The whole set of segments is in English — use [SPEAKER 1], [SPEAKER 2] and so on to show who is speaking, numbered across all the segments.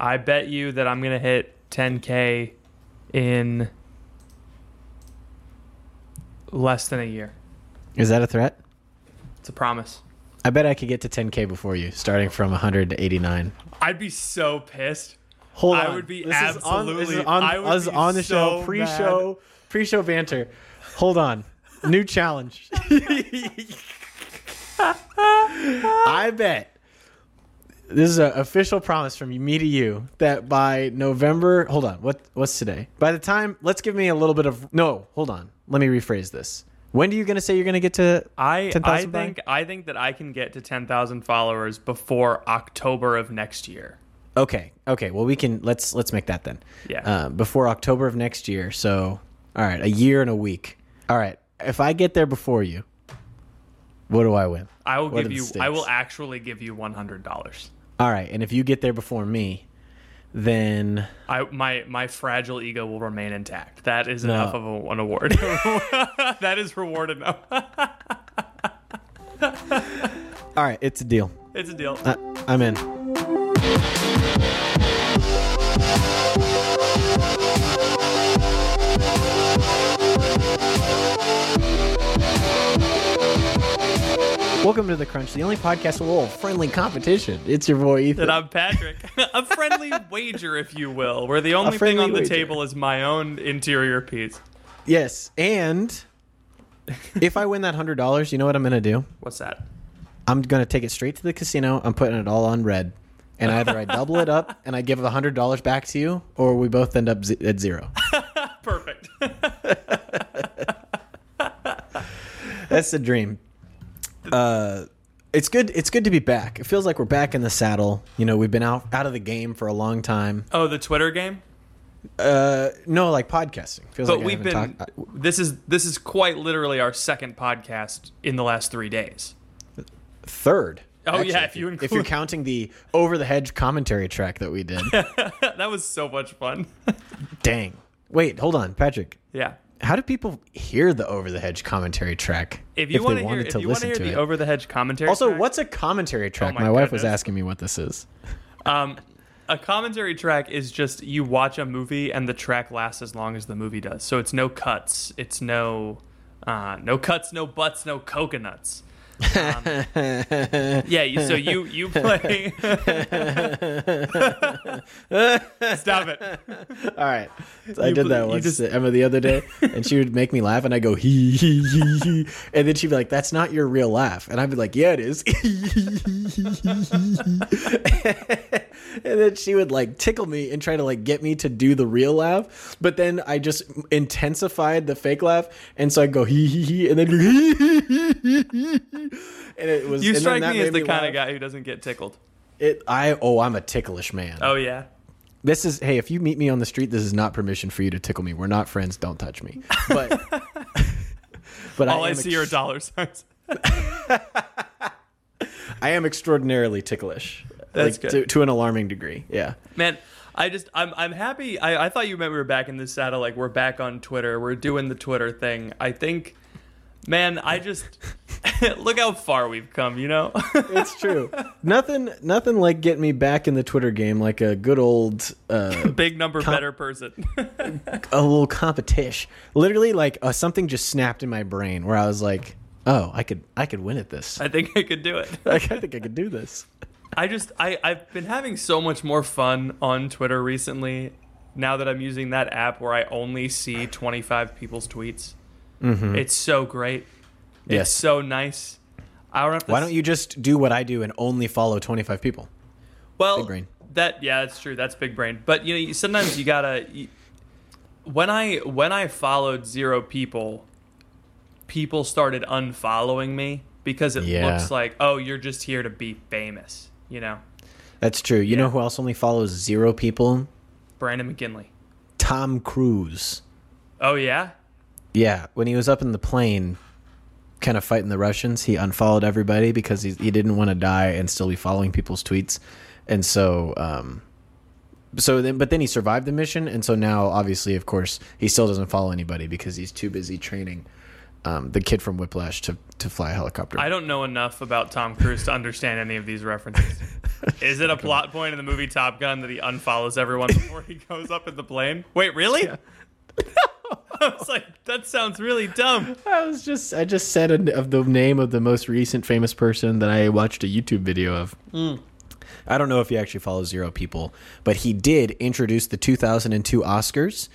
[SPEAKER 1] I bet you that I'm gonna hit 10k in less than a year.
[SPEAKER 2] Is that a threat?
[SPEAKER 1] It's a promise.
[SPEAKER 2] I bet I could get to 10k before you, starting from 189.
[SPEAKER 1] I'd be so pissed.
[SPEAKER 2] Hold
[SPEAKER 1] I
[SPEAKER 2] on.
[SPEAKER 1] would be
[SPEAKER 2] This is on- this
[SPEAKER 1] absolutely-
[SPEAKER 2] is on,
[SPEAKER 1] I would
[SPEAKER 2] us
[SPEAKER 1] be
[SPEAKER 2] on the
[SPEAKER 1] so
[SPEAKER 2] show,
[SPEAKER 1] mad.
[SPEAKER 2] pre-show, pre-show banter. Hold on, new challenge. I bet this is an official promise from me to you that by November. Hold on, what what's today? By the time, let's give me a little bit of no. Hold on, let me rephrase this. When are you gonna say you're gonna get to?
[SPEAKER 1] I
[SPEAKER 2] 10,000
[SPEAKER 1] I
[SPEAKER 2] by?
[SPEAKER 1] think I think that I can get to 10,000 followers before October of next year.
[SPEAKER 2] Okay, okay. Well, we can let's let's make that then.
[SPEAKER 1] Yeah.
[SPEAKER 2] Uh, before October of next year. So, all right, a year and a week. All right. If I get there before you, what do I win?
[SPEAKER 1] I will
[SPEAKER 2] What are
[SPEAKER 1] give
[SPEAKER 2] the
[SPEAKER 1] you. I
[SPEAKER 2] stakes?
[SPEAKER 1] will actually give you one hundred dollars.
[SPEAKER 2] All right, and if you get there before me, then
[SPEAKER 1] I my my fragile ego will remain intact. That is enough of a, an award. that is reward enough.
[SPEAKER 2] all right, it's a deal.
[SPEAKER 1] It's a deal.
[SPEAKER 2] I, Uh, I'm in. Welcome to the Crunch, the only podcast with a little friendly competition. It's your boy Ethan.
[SPEAKER 1] And I'm Patrick. a friendly wager, if you will, where the only thing
[SPEAKER 2] friendly
[SPEAKER 1] on the
[SPEAKER 2] wager.
[SPEAKER 1] table is my own interior piece.
[SPEAKER 2] Yes, and if I win that hundred dollars, you know what I'm gonna do?
[SPEAKER 1] What's that?
[SPEAKER 2] I'm gonna take it straight to the casino. I'm putting it all on red, and either I double it up and I give the hundred dollars back to you, or we both end up z- at zero.
[SPEAKER 1] Perfect.
[SPEAKER 2] That's the dream. Uh, it's good. It's good to be back. It feels like we're back in the saddle. You know, we've been out out of the game for a long time.
[SPEAKER 1] oh, the Twitter game.
[SPEAKER 2] Uh, no, like podcasting. Feels
[SPEAKER 1] But
[SPEAKER 2] like I
[SPEAKER 1] we've been.
[SPEAKER 2] haven't talked- uh,
[SPEAKER 1] this is this is quite literally our second podcast in the last three days.
[SPEAKER 2] third.
[SPEAKER 1] Oh, yeah, if you
[SPEAKER 2] if you're
[SPEAKER 1] include-
[SPEAKER 2] counting the over the hedge commentary track that we did,
[SPEAKER 1] that was so much fun.
[SPEAKER 2] dang. Wait, hold on, Patrick.
[SPEAKER 1] yeah.
[SPEAKER 2] How do people hear the over the hedge commentary track
[SPEAKER 1] If you
[SPEAKER 2] they
[SPEAKER 1] want to hear,
[SPEAKER 2] wanted
[SPEAKER 1] if
[SPEAKER 2] to
[SPEAKER 1] you want to
[SPEAKER 2] listen
[SPEAKER 1] hear
[SPEAKER 2] to
[SPEAKER 1] the
[SPEAKER 2] it?
[SPEAKER 1] over the hedge commentary,
[SPEAKER 2] also,
[SPEAKER 1] track- Oh
[SPEAKER 2] what's a commentary track?
[SPEAKER 1] my
[SPEAKER 2] my wife was
[SPEAKER 1] goodness.
[SPEAKER 2] asking me what this is.
[SPEAKER 1] Um, a commentary track is just you watch a movie and the track lasts as long as the movie does. So it's no cuts. It's no, uh, no cuts, no butts, no coconuts. Um, yeah. You, so you you play. Stop it.
[SPEAKER 2] All right. So I
[SPEAKER 1] You
[SPEAKER 2] did
[SPEAKER 1] believe-
[SPEAKER 2] that
[SPEAKER 1] you
[SPEAKER 2] once
[SPEAKER 1] just-
[SPEAKER 2] to Emma the other day, and she would make me laugh, and I go, hee, hee, hee, hee. And then she'd be like, that's not your real laugh. And I'd be like, yeah, it is. and then she would like tickle me and try to like get me to do the real laugh. But then I just intensified the fake laugh. And so I'd go, hee, hee, hee. And then, hee, hee, hee, hee, hee. And it was,
[SPEAKER 1] You
[SPEAKER 2] and then
[SPEAKER 1] strike
[SPEAKER 2] that
[SPEAKER 1] me as
[SPEAKER 2] made
[SPEAKER 1] the kind
[SPEAKER 2] laugh.
[SPEAKER 1] of guy who doesn't get tickled.
[SPEAKER 2] It, I, oh, I'm a ticklish man.
[SPEAKER 1] Oh yeah.
[SPEAKER 2] This is hey, if you meet me on the street, this is not permission for you to tickle me. We're not friends. Don't touch me. But but
[SPEAKER 1] All
[SPEAKER 2] I,
[SPEAKER 1] I
[SPEAKER 2] am
[SPEAKER 1] see are dollar signs.
[SPEAKER 2] I am extraordinarily ticklish.
[SPEAKER 1] That's good.
[SPEAKER 2] like, To, to an alarming degree. Yeah.
[SPEAKER 1] Man, I just I'm I'm happy. I, I thought you meant we were back in the saddle, like we're back on Twitter, we're doing the Twitter thing. I think man, I just look how far we've come, you know?
[SPEAKER 2] It's true. nothing nothing like getting me back in the Twitter game like a good old uh
[SPEAKER 1] Big number better person.
[SPEAKER 2] a little competition. Literally like uh, something just snapped in my brain where I was like, "Oh, I could I could win at this.
[SPEAKER 1] I think I could do it.
[SPEAKER 2] Like, I think I could do this."
[SPEAKER 1] I just I, I've been having so much more fun on Twitter recently now that I'm using that app where I only see twenty five people's tweets.
[SPEAKER 2] Mm-hmm.
[SPEAKER 1] It's so great.
[SPEAKER 2] Yes.
[SPEAKER 1] It's so nice. I don't have to
[SPEAKER 2] Why don't you just do what I do and only follow 25 people?
[SPEAKER 1] Well,
[SPEAKER 2] Big brain.
[SPEAKER 1] that yeah, that's true. That's big brain. But you know, you- sometimes you gotta. You, when I when I followed zero people, people started unfollowing me because it
[SPEAKER 2] Yeah.
[SPEAKER 1] looks like oh, you're just here to be famous. You know,
[SPEAKER 2] That's true. You know who else only follows zero people?
[SPEAKER 1] Brandon McKinley.
[SPEAKER 2] Tom Cruise.
[SPEAKER 1] Oh yeah,
[SPEAKER 2] Yeah, when he was up in the plane, kind of fighting the Russians, he unfollowed everybody because he he didn't want to die and still be following people's tweets, and so um, so then but then he survived the mission, and so now obviously, of course, he still doesn't follow anybody because he's too busy training um, the kid from Whiplash to to fly a helicopter.
[SPEAKER 1] I don't know enough about Tom Cruise to understand any of these references. Is it a plot point in the movie Top Gun that he unfollows everyone before he goes up in the plane? Wait, really? I was like, that sounds really dumb.
[SPEAKER 2] I was just I just said an- of the name of the most recent famous person that I watched a YouTube video of. Hmm. I don't know if he actually follows zero people, but he did introduce the 2002 Oscars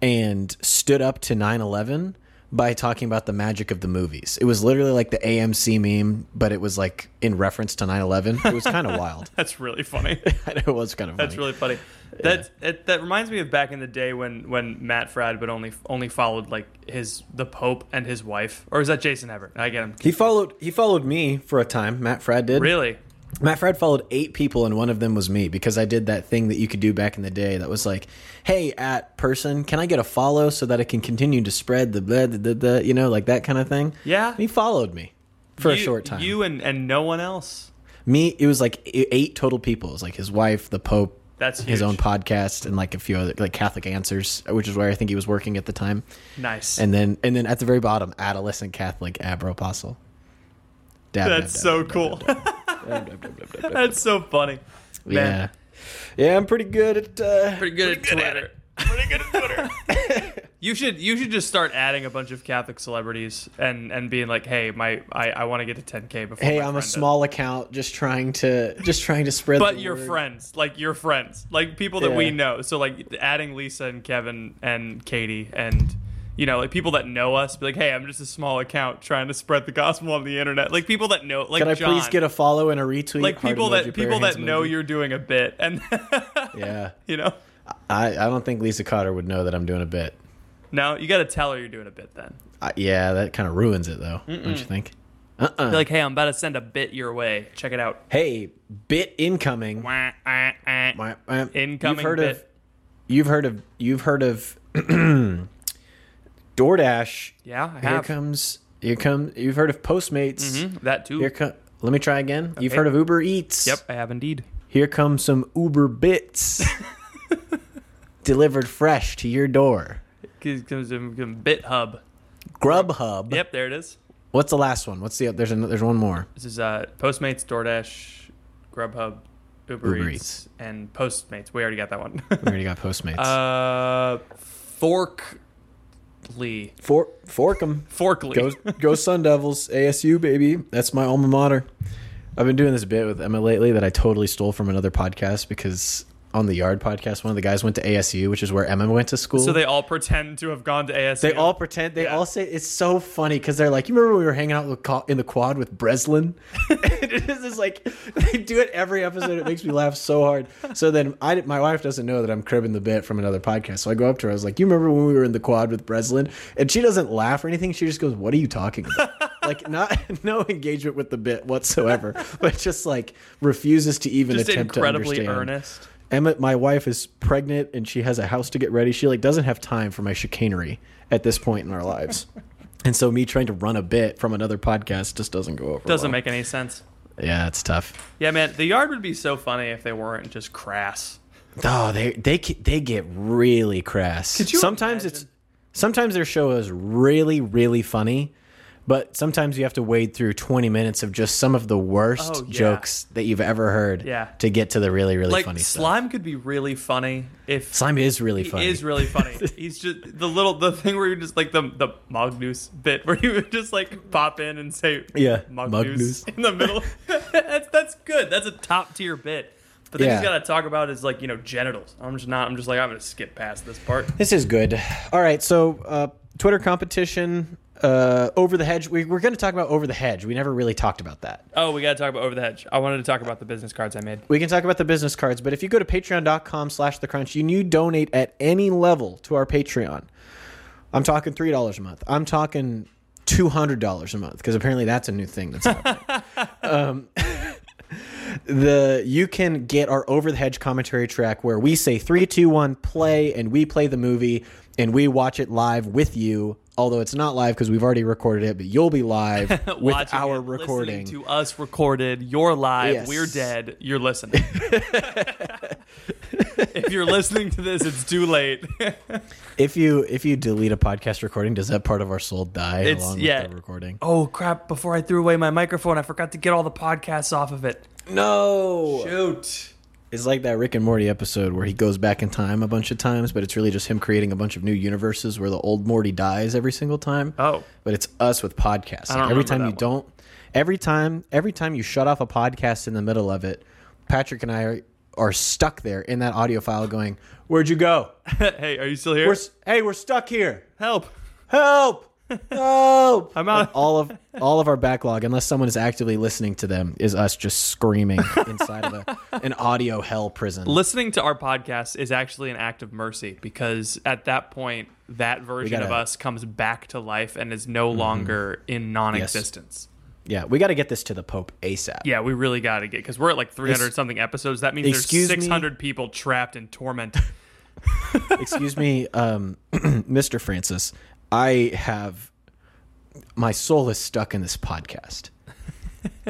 [SPEAKER 2] and stood up to 9/11 by talking about the magic of the movies. It was literally like the AMC meme, but it was like in reference to 9/11. It was kind of wild.
[SPEAKER 1] That's really funny.
[SPEAKER 2] it was kind of funny.
[SPEAKER 1] That's really funny. That it, that reminds me of back in the day when when Matt Frad would only only followed like his the Pope and his wife, or is that Jason Everett? I get him.
[SPEAKER 2] he followed he followed me for a time. Matt Frad did.
[SPEAKER 1] Really?
[SPEAKER 2] Matt Fred followed eight people, and one of them was me because I did that thing that you could do back in the day that was like, "Hey, at person, can I get a follow so that I can continue to spread the blah, blah, blah, blah," you know, like that kind of thing?"
[SPEAKER 1] Yeah.
[SPEAKER 2] And he followed me for a
[SPEAKER 1] You-
[SPEAKER 2] short time.
[SPEAKER 1] You and and no one else.
[SPEAKER 2] me, it was like e- eight total people. It was like his wife, the Pope,
[SPEAKER 1] That's huge.
[SPEAKER 2] his own podcast, and like a few other like Catholic Answers, which is where I think he was working at the time.
[SPEAKER 1] Nice.
[SPEAKER 2] And then, and then at the very bottom, adolescent Catholic abro apostle. Dab, dab,
[SPEAKER 1] That's
[SPEAKER 2] dab,
[SPEAKER 1] so
[SPEAKER 2] dab,
[SPEAKER 1] cool.
[SPEAKER 2] dab, dab, dab, dab, dab, dab.
[SPEAKER 1] That's so funny.
[SPEAKER 2] Yeah.
[SPEAKER 1] Man,
[SPEAKER 2] Yeah, I'm pretty good at uh
[SPEAKER 1] Pretty good at Twitter. Pretty good at Twitter. you should you should just start adding a bunch of Catholic celebrities and and being like, hey, my I, I want to get to 10k before.
[SPEAKER 2] Hey,
[SPEAKER 1] my
[SPEAKER 2] I'm a
[SPEAKER 1] friend does."
[SPEAKER 2] small account just trying to just trying to spread
[SPEAKER 1] But
[SPEAKER 2] the
[SPEAKER 1] your
[SPEAKER 2] word.
[SPEAKER 1] friends, like your friends, like people that we
[SPEAKER 2] Yeah.
[SPEAKER 1] know. So like adding Lisa and Kevin and Katie and you know like people that know us. Be like, hey, I'm just a small account trying to spread the gospel on the internet. Like people that know, like
[SPEAKER 2] Can I
[SPEAKER 1] John,
[SPEAKER 2] please get a follow and a retweet?
[SPEAKER 1] like
[SPEAKER 2] Heart
[SPEAKER 1] people
[SPEAKER 2] emoji,
[SPEAKER 1] that
[SPEAKER 2] prayer
[SPEAKER 1] people
[SPEAKER 2] hands
[SPEAKER 1] that know
[SPEAKER 2] emoji.
[SPEAKER 1] you're doing a bit and
[SPEAKER 2] Yeah.
[SPEAKER 1] you know.
[SPEAKER 2] I I don't think Lisa Cotter would know that I'm doing a bit.
[SPEAKER 1] No, you got to tell her you're doing a bit then.
[SPEAKER 2] I, yeah, that kind of ruins it though. Don't you think? Uh-uh.
[SPEAKER 1] Be like, hey, I'm about to send a bit your way. Check it out.
[SPEAKER 2] Hey, bit incoming.
[SPEAKER 1] Wah, ah, ah.
[SPEAKER 2] Wah, wah.
[SPEAKER 1] Incoming
[SPEAKER 2] You've heard of
[SPEAKER 1] bit.
[SPEAKER 2] You've heard of you've heard of DoorDash.
[SPEAKER 1] Yeah, I
[SPEAKER 2] Here
[SPEAKER 1] have.
[SPEAKER 2] comes here come you've heard of Postmates.
[SPEAKER 1] Mhm, That too.
[SPEAKER 2] Here come. Let me try again. You've heard of Uber Eats.
[SPEAKER 1] yep, I have indeed.
[SPEAKER 2] Here come some Uber Bits delivered fresh to your door.
[SPEAKER 1] Here comes a bit hub.
[SPEAKER 2] Grubhub.
[SPEAKER 1] Yep, there it is.
[SPEAKER 2] What's the last one? What's the there's an, there's one more.
[SPEAKER 1] This is uh, Postmates, DoorDash, Grubhub, Uber,
[SPEAKER 2] Uber
[SPEAKER 1] Eats,
[SPEAKER 2] Eats.
[SPEAKER 1] and Postmates. We already got that one.
[SPEAKER 2] We already got Postmates.
[SPEAKER 1] uh, Forkly.
[SPEAKER 2] For, fork 'em.
[SPEAKER 1] Forkly.
[SPEAKER 2] Go go Sun Devils. ASU baby. That's my alma mater. I've been doing this bit with Emma lately that I totally stole from another podcast because on the Yard podcast, one of the guys went to ASU, which is where Emma went to school.
[SPEAKER 1] so they all pretend to have gone to ASU.
[SPEAKER 2] They all pretend. They all say it's so funny because they're like, you remember when we were hanging out with co- in the quad with Breslin? it is just like they do it every episode. It makes me laugh so hard. So then I, did- my wife doesn't know that I'm cribbing the bit from another podcast. So I go up to her. I was like, you remember when we were in the quad with Breslin? And she doesn't laugh or anything. She just goes, "What are you talking about?" like not no engagement with the bit whatsoever, but just like refuses to even
[SPEAKER 1] just
[SPEAKER 2] attempt to
[SPEAKER 1] incredibly
[SPEAKER 2] understand.
[SPEAKER 1] earnest.
[SPEAKER 2] Emma, my wife is pregnant and she has a house to get ready. She like doesn't have time for my chicanery at this point in our lives. And so me trying to run a bit from another podcast just doesn't go over.
[SPEAKER 1] Doesn't
[SPEAKER 2] well.
[SPEAKER 1] make any sense.
[SPEAKER 2] Yeah, it's tough.
[SPEAKER 1] Yeah, man, the yard would be so funny if they weren't just crass.
[SPEAKER 2] Oh, they they ca- they get really crass.
[SPEAKER 1] you
[SPEAKER 2] sometimes it's sometimes their show is really really funny, but sometimes you have to wade through 20 minutes of just some of the worst
[SPEAKER 1] Oh, yeah.
[SPEAKER 2] jokes that you've ever heard
[SPEAKER 1] Yeah.
[SPEAKER 2] to get to the really really
[SPEAKER 1] Like
[SPEAKER 2] funny stuff.
[SPEAKER 1] slime could be really funny if
[SPEAKER 2] Slime is really funny.
[SPEAKER 1] He is really funny. He's just the little the thing where you just like the the Magnus bit where you would just like pop in and say
[SPEAKER 2] Yeah,
[SPEAKER 1] Magnus
[SPEAKER 2] Magnus.
[SPEAKER 1] in the middle. that's that's good. That's a top tier bit. The thing he's
[SPEAKER 2] Yeah.
[SPEAKER 1] got to talk about is like you know genitals. I'm just not. I'm just like I'm gonna skip past this part.
[SPEAKER 2] This is good. All right, so uh, Twitter competition, uh, over the hedge. We, we're going to talk about over the hedge. We never really talked about that.
[SPEAKER 1] Oh, we gotta talk about over the hedge. I wanted to talk about the business cards I made.
[SPEAKER 2] We can talk about the business cards, but if you go to patreon.com slash the crunch, you you donate at any level to our Patreon. I'm talking three dollars a month. I'm talking two hundred dollars a month because apparently that's a new thing that's happening. um, the you can get our over the hedge commentary track where we say three, two, one, play, and we play the movie. and we watch it live with you. Although it's not live because we've already recorded it, but you'll be live with
[SPEAKER 1] Watching
[SPEAKER 2] our
[SPEAKER 1] it, listening
[SPEAKER 2] recording.
[SPEAKER 1] to us recorded. You're live.
[SPEAKER 2] Yes.
[SPEAKER 1] We're dead. You're listening. if you're listening to this, it's too late.
[SPEAKER 2] if you if you delete a podcast recording, does that part of our soul die
[SPEAKER 1] It's-
[SPEAKER 2] along
[SPEAKER 1] yeah.
[SPEAKER 2] with the recording?
[SPEAKER 1] oh crap! Before I threw away my microphone, I forgot to get all the podcasts off of it.
[SPEAKER 2] No.
[SPEAKER 1] Shoot.
[SPEAKER 2] It's like that Rick and Morty episode where he goes back in time a bunch of times, but it's really just him creating a bunch of new universes where the old Morty dies every single time.
[SPEAKER 1] Oh.
[SPEAKER 2] But it's us with podcasts.
[SPEAKER 1] don't
[SPEAKER 2] every
[SPEAKER 1] remember
[SPEAKER 2] time
[SPEAKER 1] that
[SPEAKER 2] you
[SPEAKER 1] one.
[SPEAKER 2] don't every time every time you shut off a podcast in the middle of it, Patrick and I are, are stuck there in that audio file going, "Where'd you go?
[SPEAKER 1] hey, are you still here?
[SPEAKER 2] We're s- hey, we're stuck here.
[SPEAKER 1] Help!
[SPEAKER 2] Help!" Help!
[SPEAKER 1] I'm out.
[SPEAKER 2] And all of all of our backlog, unless someone is actively listening to them, is us just screaming inside of a, an audio hell prison.
[SPEAKER 1] Listening to our podcast is actually an act of mercy because at that point, that version of
[SPEAKER 2] gotta- Mm-hmm.
[SPEAKER 1] us comes back to life and is no longer in non-existence.
[SPEAKER 2] Yeah, we got to get this to the Pope ASAP.
[SPEAKER 1] Yeah, we really got to get because we're at like 300 something episodes. That means
[SPEAKER 2] Excuse
[SPEAKER 1] there's
[SPEAKER 2] me?
[SPEAKER 1] 600 people trapped in torment.
[SPEAKER 2] Excuse me, um, Mr. Francis. I have my soul is stuck in this podcast.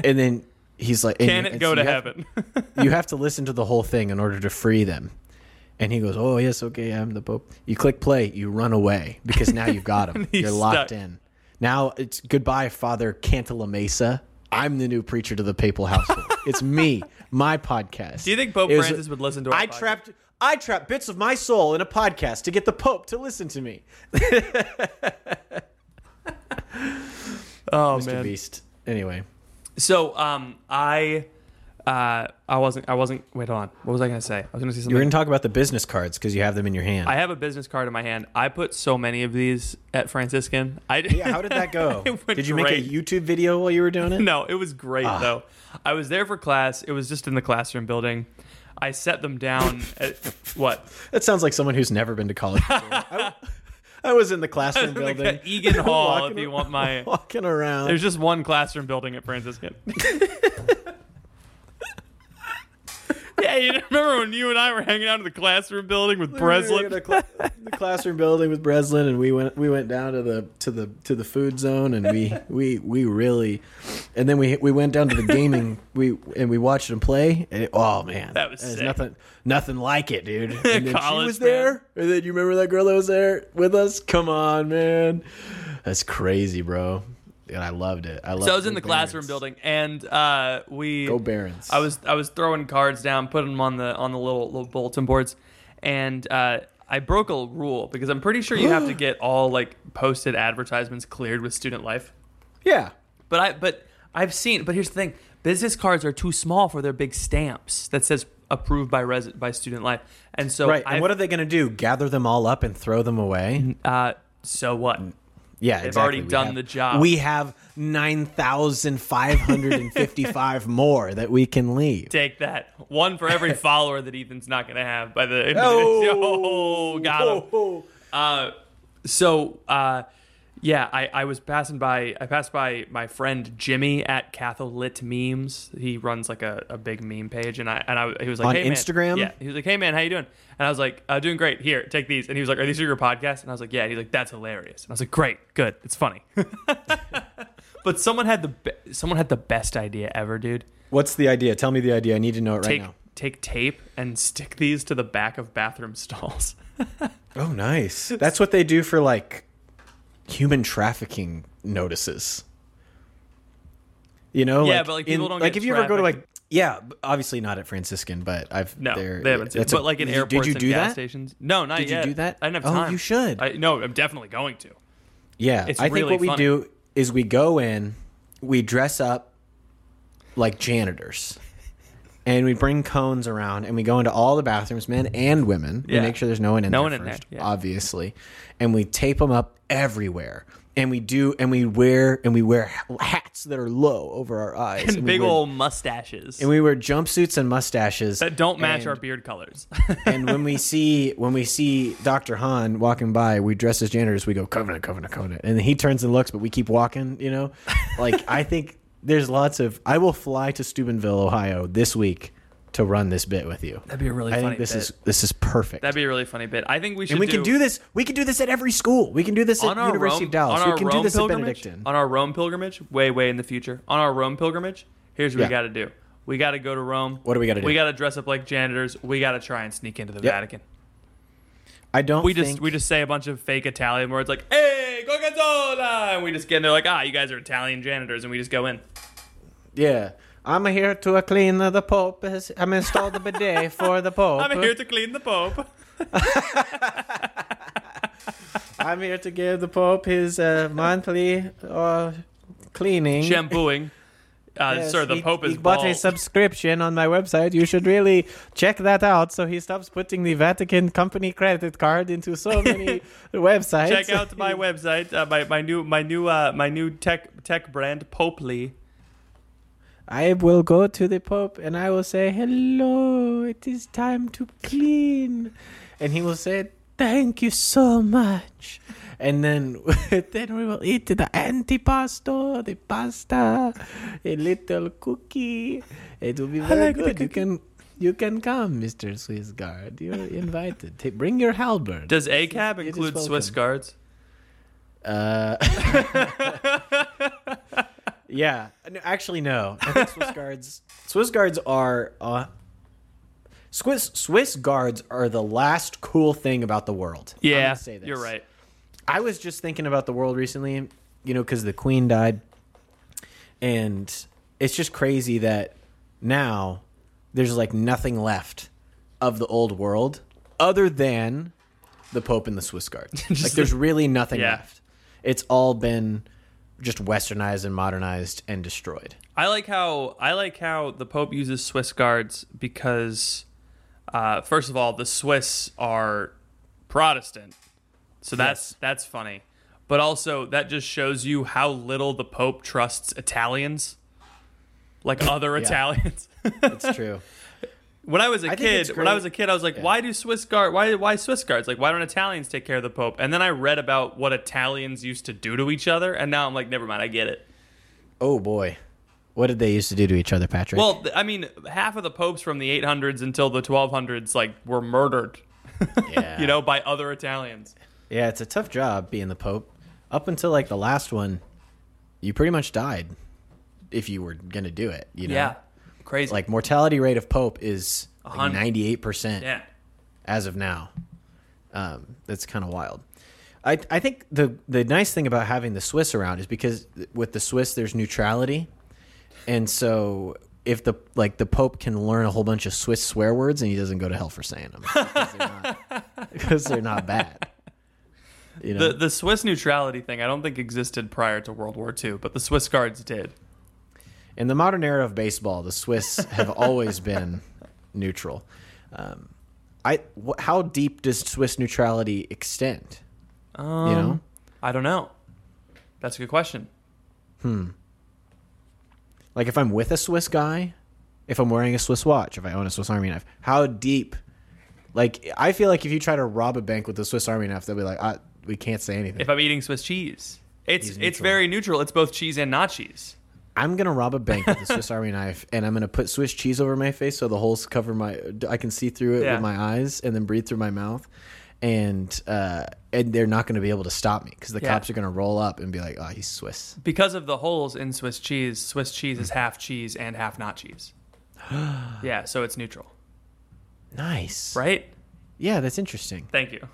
[SPEAKER 2] And then he's like, and-
[SPEAKER 1] Can it
[SPEAKER 2] and
[SPEAKER 1] go
[SPEAKER 2] so
[SPEAKER 1] to
[SPEAKER 2] you have-
[SPEAKER 1] heaven?
[SPEAKER 2] you have to listen to the whole thing in order to free them. And he goes, "Oh yes, okay, I'm the Pope." You click play, you run away because now you got him.
[SPEAKER 1] He's
[SPEAKER 2] You're locked
[SPEAKER 1] stuck.
[SPEAKER 2] in. Now it's goodbye, Father Cantala Mesa. I'm the new preacher to the papal household. it's me, my podcast.
[SPEAKER 1] Do you think Pope
[SPEAKER 2] It was-
[SPEAKER 1] Francis would listen to our
[SPEAKER 2] I
[SPEAKER 1] podcast?
[SPEAKER 2] trapped I trapped bits of my soul in a podcast to get the Pope to listen to me.
[SPEAKER 1] oh
[SPEAKER 2] Mr.
[SPEAKER 1] man.
[SPEAKER 2] Beast. Anyway,
[SPEAKER 1] So um, I uh, I wasn't I wasn't. Wait, hold on. What was I gonna say? I was gonna say
[SPEAKER 2] we're
[SPEAKER 1] something.
[SPEAKER 2] going to talk about the business cards because you have them in your hand.
[SPEAKER 1] I have a business card in my hand. I put so many of these at Franciscan. I
[SPEAKER 2] yeah, how did that go?
[SPEAKER 1] It went
[SPEAKER 2] did you make
[SPEAKER 1] great.
[SPEAKER 2] a Ah. YouTube video while you were doing it?
[SPEAKER 1] no, it was great though. I was there for class. It was just in the classroom building. I set them down. at, what?
[SPEAKER 2] That sounds like someone who's never been to college. before. I, I was in the classroom
[SPEAKER 1] Like
[SPEAKER 2] building,
[SPEAKER 1] at Egan Hall.
[SPEAKER 2] Walking
[SPEAKER 1] if you
[SPEAKER 2] ar-
[SPEAKER 1] want my
[SPEAKER 2] walking around.
[SPEAKER 1] There's just one classroom building at Franciscan. yeah, you remember when you and I were hanging out in the classroom building with
[SPEAKER 2] We were in
[SPEAKER 1] Breslin?
[SPEAKER 2] a cla- the classroom building with Breslin, and we went we went down to the to the to the food zone, and we we we really, and then we we went down to the gaming we and we watched them play. And it, oh man,
[SPEAKER 1] That was
[SPEAKER 2] There's
[SPEAKER 1] sick.
[SPEAKER 2] nothing nothing like it, dude. And then she
[SPEAKER 1] College,
[SPEAKER 2] was
[SPEAKER 1] man.
[SPEAKER 2] there, and then you remember that girl that was there with us. Come on, man, that's crazy, bro. And I loved it. I loved
[SPEAKER 1] So I was in
[SPEAKER 2] go
[SPEAKER 1] the classroom building,
[SPEAKER 2] Barons.
[SPEAKER 1] and uh, we
[SPEAKER 2] Go Barons.
[SPEAKER 1] I was I was throwing cards down, putting them on the on the little little bulletin boards, and uh, I broke a rule because I'm pretty sure you have to get all like posted advertisements cleared with Student Life.
[SPEAKER 2] yeah.
[SPEAKER 1] But I but I've seen but here's the thing. Business cards are too small for their big stamps that says approved by res by student life. And so
[SPEAKER 2] Right.
[SPEAKER 1] I
[SPEAKER 2] and what are they going to do? Gather them all up and throw them away?
[SPEAKER 1] uh so what?
[SPEAKER 2] Yeah,
[SPEAKER 1] They've already
[SPEAKER 2] exactly. We
[SPEAKER 1] done
[SPEAKER 2] have-
[SPEAKER 1] the job.
[SPEAKER 2] We have 9,555 more that we can leave.
[SPEAKER 1] Take that. One for every follower that Ethan's not going to have by the end of this.
[SPEAKER 2] Oh!
[SPEAKER 1] Oh, got him.
[SPEAKER 2] Oh.
[SPEAKER 1] Uh, so uh, yeah, I, I was passing by. I passed by my friend Jimmy at Catholit Memes. He runs like a, a big meme page, and I and I he was like
[SPEAKER 2] On
[SPEAKER 1] hey, man."
[SPEAKER 2] Instagram?
[SPEAKER 1] Yeah, he was like, "Hey man, how you doing?" And I was like, uh, "Doing great. Here, take these." And he was like, "Are these for your podcast?" And I was like, "Yeah." And he's like, "That's hilarious." And I was like, "Great, good. It's funny." but someone had the be- someone had the best idea ever, dude.
[SPEAKER 2] What's the idea? Tell me the idea. I need to know it right
[SPEAKER 1] Take
[SPEAKER 2] now.
[SPEAKER 1] take tape and stick these to the back of bathroom stalls.
[SPEAKER 2] Oh, nice. That's what they do for like human trafficking notices. You know,
[SPEAKER 1] Yeah,
[SPEAKER 2] like,
[SPEAKER 1] but, like,
[SPEAKER 2] in-
[SPEAKER 1] people don't
[SPEAKER 2] like
[SPEAKER 1] get
[SPEAKER 2] if you ever go to like yeah, b- obviously not at Franciscan, but I've
[SPEAKER 1] No,
[SPEAKER 2] there-
[SPEAKER 1] they haven't seen. it.
[SPEAKER 2] that's a-
[SPEAKER 1] But like in
[SPEAKER 2] did you-
[SPEAKER 1] airports
[SPEAKER 2] did you
[SPEAKER 1] and
[SPEAKER 2] do
[SPEAKER 1] gas
[SPEAKER 2] that?
[SPEAKER 1] stations. No, not
[SPEAKER 2] Did you
[SPEAKER 1] yet.
[SPEAKER 2] do that?
[SPEAKER 1] I didn't have
[SPEAKER 2] Oh,
[SPEAKER 1] time.
[SPEAKER 2] you should.
[SPEAKER 1] I, no, I'm definitely going to.
[SPEAKER 2] Yeah,
[SPEAKER 1] It's
[SPEAKER 2] I think
[SPEAKER 1] really
[SPEAKER 2] what we
[SPEAKER 1] funny.
[SPEAKER 2] do is we go in, we dress up like janitors, and we bring cones around, and we go into all the bathrooms, men and women.
[SPEAKER 1] Yeah.
[SPEAKER 2] We make sure there's no one in
[SPEAKER 1] No
[SPEAKER 2] there
[SPEAKER 1] one in
[SPEAKER 2] first,
[SPEAKER 1] there, yeah.
[SPEAKER 2] obviously, and we tape them up everywhere. And we do, and we wear, and we wear hats that are low over our eyes,
[SPEAKER 1] And
[SPEAKER 2] and
[SPEAKER 1] big
[SPEAKER 2] we wear,
[SPEAKER 1] old mustaches
[SPEAKER 2] and we wear jumpsuits and mustaches
[SPEAKER 1] that don't match
[SPEAKER 2] and-
[SPEAKER 1] our beard colors.
[SPEAKER 2] and when we see when we see Doctor Han walking by, we dress as janitors. We go covenant, covenant, covenant, and he turns and looks, but we keep walking. You know, like I think there's lots of. I will fly to Steubenville, Ohio, this week to run this bit with you.
[SPEAKER 1] That'd be a really
[SPEAKER 2] I
[SPEAKER 1] funny
[SPEAKER 2] think this
[SPEAKER 1] bit.
[SPEAKER 2] is this is perfect.
[SPEAKER 1] That'd be a really funny bit. I think we should.
[SPEAKER 2] and we can do this. We can do this at every school. We can do this at
[SPEAKER 1] on our
[SPEAKER 2] University
[SPEAKER 1] Rome,
[SPEAKER 2] of Dallas.
[SPEAKER 1] on our
[SPEAKER 2] We can
[SPEAKER 1] Rome
[SPEAKER 2] do this at
[SPEAKER 1] pilgrimage,
[SPEAKER 2] Benedictine.
[SPEAKER 1] On our Rome pilgrimage, way way in the future. On our Rome pilgrimage, here's what
[SPEAKER 2] Yeah.
[SPEAKER 1] we got to do. We got to go to Rome.
[SPEAKER 2] What do we gotta do?
[SPEAKER 1] We got to dress up like janitors. We got to try and sneak into the
[SPEAKER 2] Yep.
[SPEAKER 1] Vatican.
[SPEAKER 2] I don't.
[SPEAKER 1] We
[SPEAKER 2] think,
[SPEAKER 1] just we just say a bunch of fake Italian words like "Hey, gorgonzola," and we just get in there like, "Ah, you guys are Italian janitors," and we just go in.
[SPEAKER 2] Yeah. I'm here to clean the Pope. I'm installed the bidet for the Pope.
[SPEAKER 1] I'm here to clean the Pope.
[SPEAKER 2] I'm here to give the Pope his uh, monthly uh, cleaning.
[SPEAKER 1] Shampooing. Uh,
[SPEAKER 2] Yes,
[SPEAKER 1] sir, the
[SPEAKER 2] he-
[SPEAKER 1] Pope is
[SPEAKER 2] He bought a
[SPEAKER 1] bald.
[SPEAKER 2] subscription on my website. You should really check that out. So he stops putting the Vatican company credit card into so many websites.
[SPEAKER 1] Check out my website, uh, my, my new my new uh, my new tech tech brand Popely.
[SPEAKER 2] I will go to the Pope and I will say, Hello, it is time to clean. And he will say, Thank you so much. And then, then we will eat the antipasto, the pasta, a little cookie. It will be very
[SPEAKER 1] like the
[SPEAKER 2] good. You
[SPEAKER 1] cookie.
[SPEAKER 2] can, you can come, Mister Swissguard. You're invited. Hey, bring your halberd.
[SPEAKER 1] Does ACAB
[SPEAKER 2] is
[SPEAKER 1] include
[SPEAKER 2] welcome.
[SPEAKER 1] Swiss guards?
[SPEAKER 2] Uh, yeah. No, actually, no. I think Swiss guards. Swiss guards are. Uh, Swiss Swiss guards are the last cool thing about the world. I'm
[SPEAKER 1] Yeah,
[SPEAKER 2] gonna say this.
[SPEAKER 1] you're right.
[SPEAKER 2] I was just thinking about the world recently, you know, because the queen died, and it's just crazy that now there's like nothing left of the old world other than the Pope and the Swiss Guard. like, there's really nothing
[SPEAKER 1] Yeah.
[SPEAKER 2] left. It's all been just westernized and modernized and destroyed.
[SPEAKER 1] I like how I like how the Pope uses Swiss guards because, uh, first of all, the Swiss are Protestant, so that's that's funny. But also, that just shows you how little the Pope trusts Italians, like other Italians.
[SPEAKER 2] It's true.
[SPEAKER 1] when I was a
[SPEAKER 2] I think it's
[SPEAKER 1] kid, when I
[SPEAKER 2] great.
[SPEAKER 1] was a kid, I was like, why do Swiss guard? Why why Swiss guards? Like, why don't Italians take care of the Pope? And then I read about what Italians used to do to each other, and now I'm like, never mind, I get it.
[SPEAKER 2] oh boy, what did they used to do to each other, Patrick?
[SPEAKER 1] Well, th- I mean, half of the popes from the 800s until the 1200s like were murdered,
[SPEAKER 2] yeah.
[SPEAKER 1] you know, by other Italians.
[SPEAKER 2] Yeah, it's a tough job being the Pope. Up until like the last one, you pretty much died if you were gonna do it. You know,
[SPEAKER 1] crazy.
[SPEAKER 2] like mortality rate of Pope is
[SPEAKER 1] hundred.
[SPEAKER 2] ninety eight percent
[SPEAKER 1] yeah,
[SPEAKER 2] as of now. Um, that's kind of wild. I I think the the nice thing about having the Swiss around is because with the Swiss there's neutrality, and so if the like the Pope can learn a whole bunch of Swiss swear words and he doesn't go to hell for saying them because they're not, because they're not bad. You know?
[SPEAKER 1] the the Swiss neutrality thing I don't think existed prior to World War II, but the Swiss guards did.
[SPEAKER 2] In the modern era of baseball, the Swiss have always been neutral. Um, I wh- how deep does Swiss neutrality extend?
[SPEAKER 1] Um,
[SPEAKER 2] You know,
[SPEAKER 1] I don't know. That's a good question.
[SPEAKER 2] like if I'm with a Swiss guy, if I'm wearing a Swiss watch, if I own a Swiss Army knife, how deep? Like I feel like if you try to rob a bank with a Swiss Army knife, they'll be like, ah, "We can't say anything."
[SPEAKER 1] If I'm eating Swiss cheese, it's
[SPEAKER 2] He's
[SPEAKER 1] it's
[SPEAKER 2] neutral.
[SPEAKER 1] very neutral. It's both cheese and not cheese.
[SPEAKER 2] I'm gonna rob a bank with a Swiss Army knife, and I'm gonna put Swiss cheese over my face so the holes cover my. I can see through it
[SPEAKER 1] Yeah.
[SPEAKER 2] with my eyes, and then breathe through my mouth, and uh, and they're not gonna be able to stop me because the
[SPEAKER 1] Yeah.
[SPEAKER 2] cops are gonna roll up and be like, "Oh, he's Swiss."
[SPEAKER 1] Because of the holes in Swiss cheese, Swiss cheese
[SPEAKER 2] Hmm.
[SPEAKER 1] is half cheese and half not cheese. yeah, so it's neutral,
[SPEAKER 2] Nice,
[SPEAKER 1] right?
[SPEAKER 2] Yeah, that's interesting.
[SPEAKER 1] Thank you.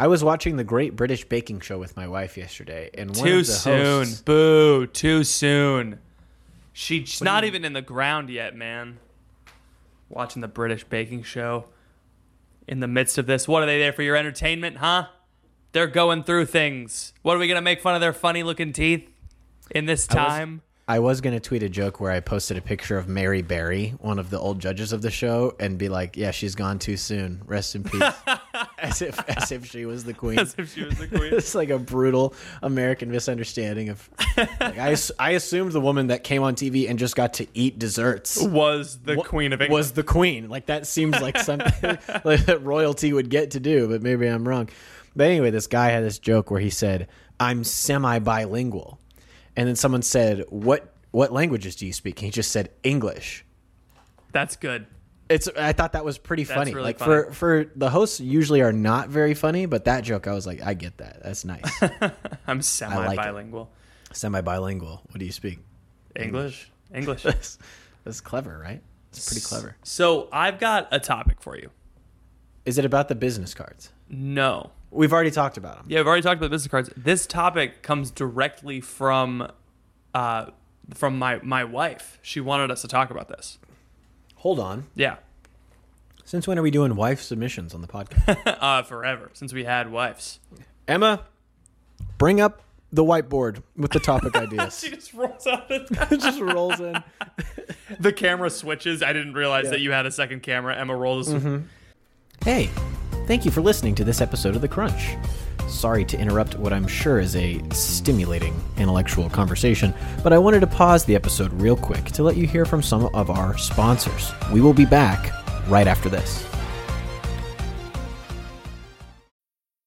[SPEAKER 2] I was watching the Great British Baking Show with my wife yesterday, and one
[SPEAKER 1] Too
[SPEAKER 2] of the
[SPEAKER 1] soon.
[SPEAKER 2] hosts-
[SPEAKER 1] Boo. Too soon. She's not even in the ground yet, man. Watching the British baking show. In the midst of this, what are they there for your entertainment, huh? They're going through things. What are we going to make fun of their funny looking teeth in this time?
[SPEAKER 2] I was gonna tweet a joke where I posted a picture of Mary Berry, one of the old judges of the show, and be like, "Yeah, she's gone too soon. Rest in peace." as if as if she was the queen.
[SPEAKER 1] As if she was the queen.
[SPEAKER 2] it's like a brutal American misunderstanding of. Like, I ass- I assumed the woman that came on TV and just got to eat desserts
[SPEAKER 1] was the queen of England.
[SPEAKER 2] was the queen. Like that seems like something like that royalty would get to do, but maybe I'm wrong. But anyway, this guy had this joke where he said, "I'm semi bilingual," and then someone said, "What what languages do you speak?" And he just said English.
[SPEAKER 1] That's good.
[SPEAKER 2] It's. I thought that was pretty
[SPEAKER 1] That's
[SPEAKER 2] funny.
[SPEAKER 1] really
[SPEAKER 2] like
[SPEAKER 1] funny.
[SPEAKER 2] for for the hosts usually are not very funny, but that joke I was like, I get that. That's nice.
[SPEAKER 1] I'm semi
[SPEAKER 2] it.
[SPEAKER 1] bilingual.
[SPEAKER 2] Semi bilingual. What do you speak?
[SPEAKER 1] English. English.
[SPEAKER 2] That's, that's clever, right? It's pretty clever.
[SPEAKER 1] So I've got a topic for you.
[SPEAKER 2] Is it about the business cards?
[SPEAKER 1] No.
[SPEAKER 2] We've already talked about them.
[SPEAKER 1] Yeah, I've already talked about business cards. This topic comes directly from uh from my my wife. She wanted us to talk about this.
[SPEAKER 2] Hold on.
[SPEAKER 1] Yeah.
[SPEAKER 2] Since when are we doing wife submissions on the podcast?
[SPEAKER 1] Uh forever since we had wives.
[SPEAKER 2] Emma, bring up the whiteboard with the topic ideas.
[SPEAKER 1] She just rolls out of
[SPEAKER 2] It just rolls in.
[SPEAKER 1] the camera switches. I didn't realize that you had a second camera. Emma rolls.
[SPEAKER 2] Mm-hmm. Hey, thank you for listening to this episode of The Crunch. Sorry to interrupt what I'm sure is a stimulating intellectual conversation, but I wanted to pause the episode real quick to let you hear from some of our sponsors. We will be back right after this.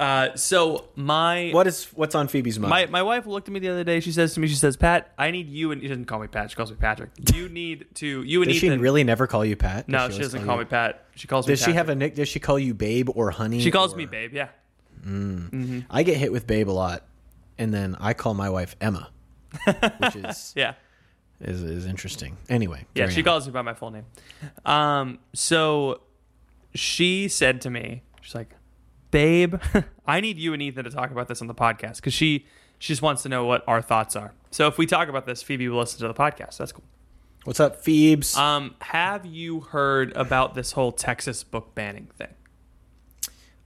[SPEAKER 1] Uh, so my
[SPEAKER 2] What is what's on Phoebe's mind?
[SPEAKER 1] My, my wife looked at me the other day. She says to me, she says, Pat, I need you and she doesn't call me Pat. She calls me Patrick. You need to you and
[SPEAKER 2] Does she
[SPEAKER 1] Ethan.
[SPEAKER 2] really never call you Pat? Does
[SPEAKER 1] no, she,
[SPEAKER 2] always
[SPEAKER 1] doesn't call
[SPEAKER 2] you-
[SPEAKER 1] me Pat. She calls me.
[SPEAKER 2] Does she have
[SPEAKER 1] Patrick.
[SPEAKER 2] a nick? Does she call you Babe or Honey?
[SPEAKER 1] She calls
[SPEAKER 2] or-
[SPEAKER 1] me babe. Yeah.
[SPEAKER 2] I get hit with Babe a lot, and then I call my wife Emma, which is
[SPEAKER 1] Yeah.
[SPEAKER 2] is, is interesting. Anyway,
[SPEAKER 1] Yeah.
[SPEAKER 2] carry
[SPEAKER 1] She
[SPEAKER 2] on.
[SPEAKER 1] calls me by my full name. Um. So she said to me, she's like, babe, I need you and Ethan to talk about this on the podcast because she she just wants to know what our thoughts are. So if we talk about this, Phoebe will listen to the podcast. That's cool.
[SPEAKER 2] What's up, Phoebes?
[SPEAKER 1] Um. Have you heard about this whole Texas book banning thing?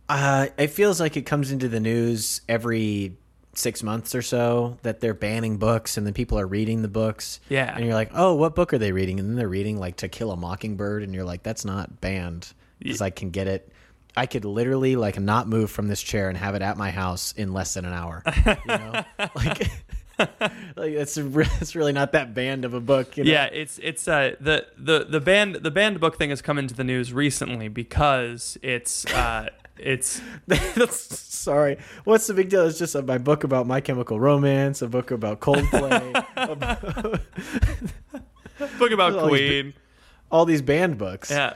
[SPEAKER 2] Uh, it feels like it comes into the news every six months or so that they're banning books and then people are reading the books.
[SPEAKER 1] Yeah.
[SPEAKER 2] And you're like, oh, what book are they reading? And then they're reading like To Kill a Mockingbird and you're like, that's not banned because I can get it. I could literally like not move from this chair and have it at my house in less than an hour. You know? like, like it's, re- it's really not that banned of a book. You know?
[SPEAKER 1] Yeah, it's it's uh, the the the band the banned book thing has come into the news recently because it's uh, it's
[SPEAKER 2] That's sorry. What's the big deal? It's just a, my book about My Chemical Romance, a book about Coldplay,
[SPEAKER 1] book about
[SPEAKER 2] Always be-
[SPEAKER 1] Queen.
[SPEAKER 2] all these band books. Uh,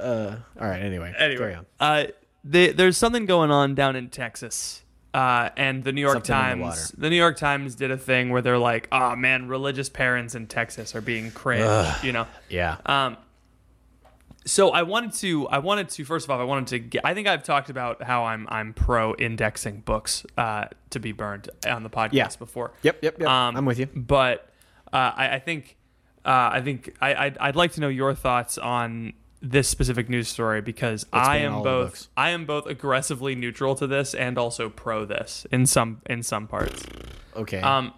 [SPEAKER 1] Yeah.
[SPEAKER 2] All right. Anyway. Carry
[SPEAKER 1] Anyway,
[SPEAKER 2] on.
[SPEAKER 1] uh, the, there's something going on down in Texas, uh, and the New York
[SPEAKER 2] Something in the
[SPEAKER 1] Times. The, New York Times did a thing where they're like, "Oh man, religious parents in Texas are being cringe," you know.
[SPEAKER 2] Yeah.
[SPEAKER 1] So I wanted to, I wanted to, first of all, I wanted to. Get, I think I've talked about how I'm, I'm pro indexing books uh, to be burned on the podcast
[SPEAKER 2] Yeah.
[SPEAKER 1] before. Um,
[SPEAKER 2] Yep, yep, yep. I'm with you.
[SPEAKER 1] But uh, I, I think, uh, I think I, I'd, I'd like to know your thoughts on this specific news story because I
[SPEAKER 2] ban all
[SPEAKER 1] am
[SPEAKER 2] the
[SPEAKER 1] both,
[SPEAKER 2] books.
[SPEAKER 1] I am both aggressively neutral to this and also pro this in some, in some parts.
[SPEAKER 2] okay.
[SPEAKER 1] Um,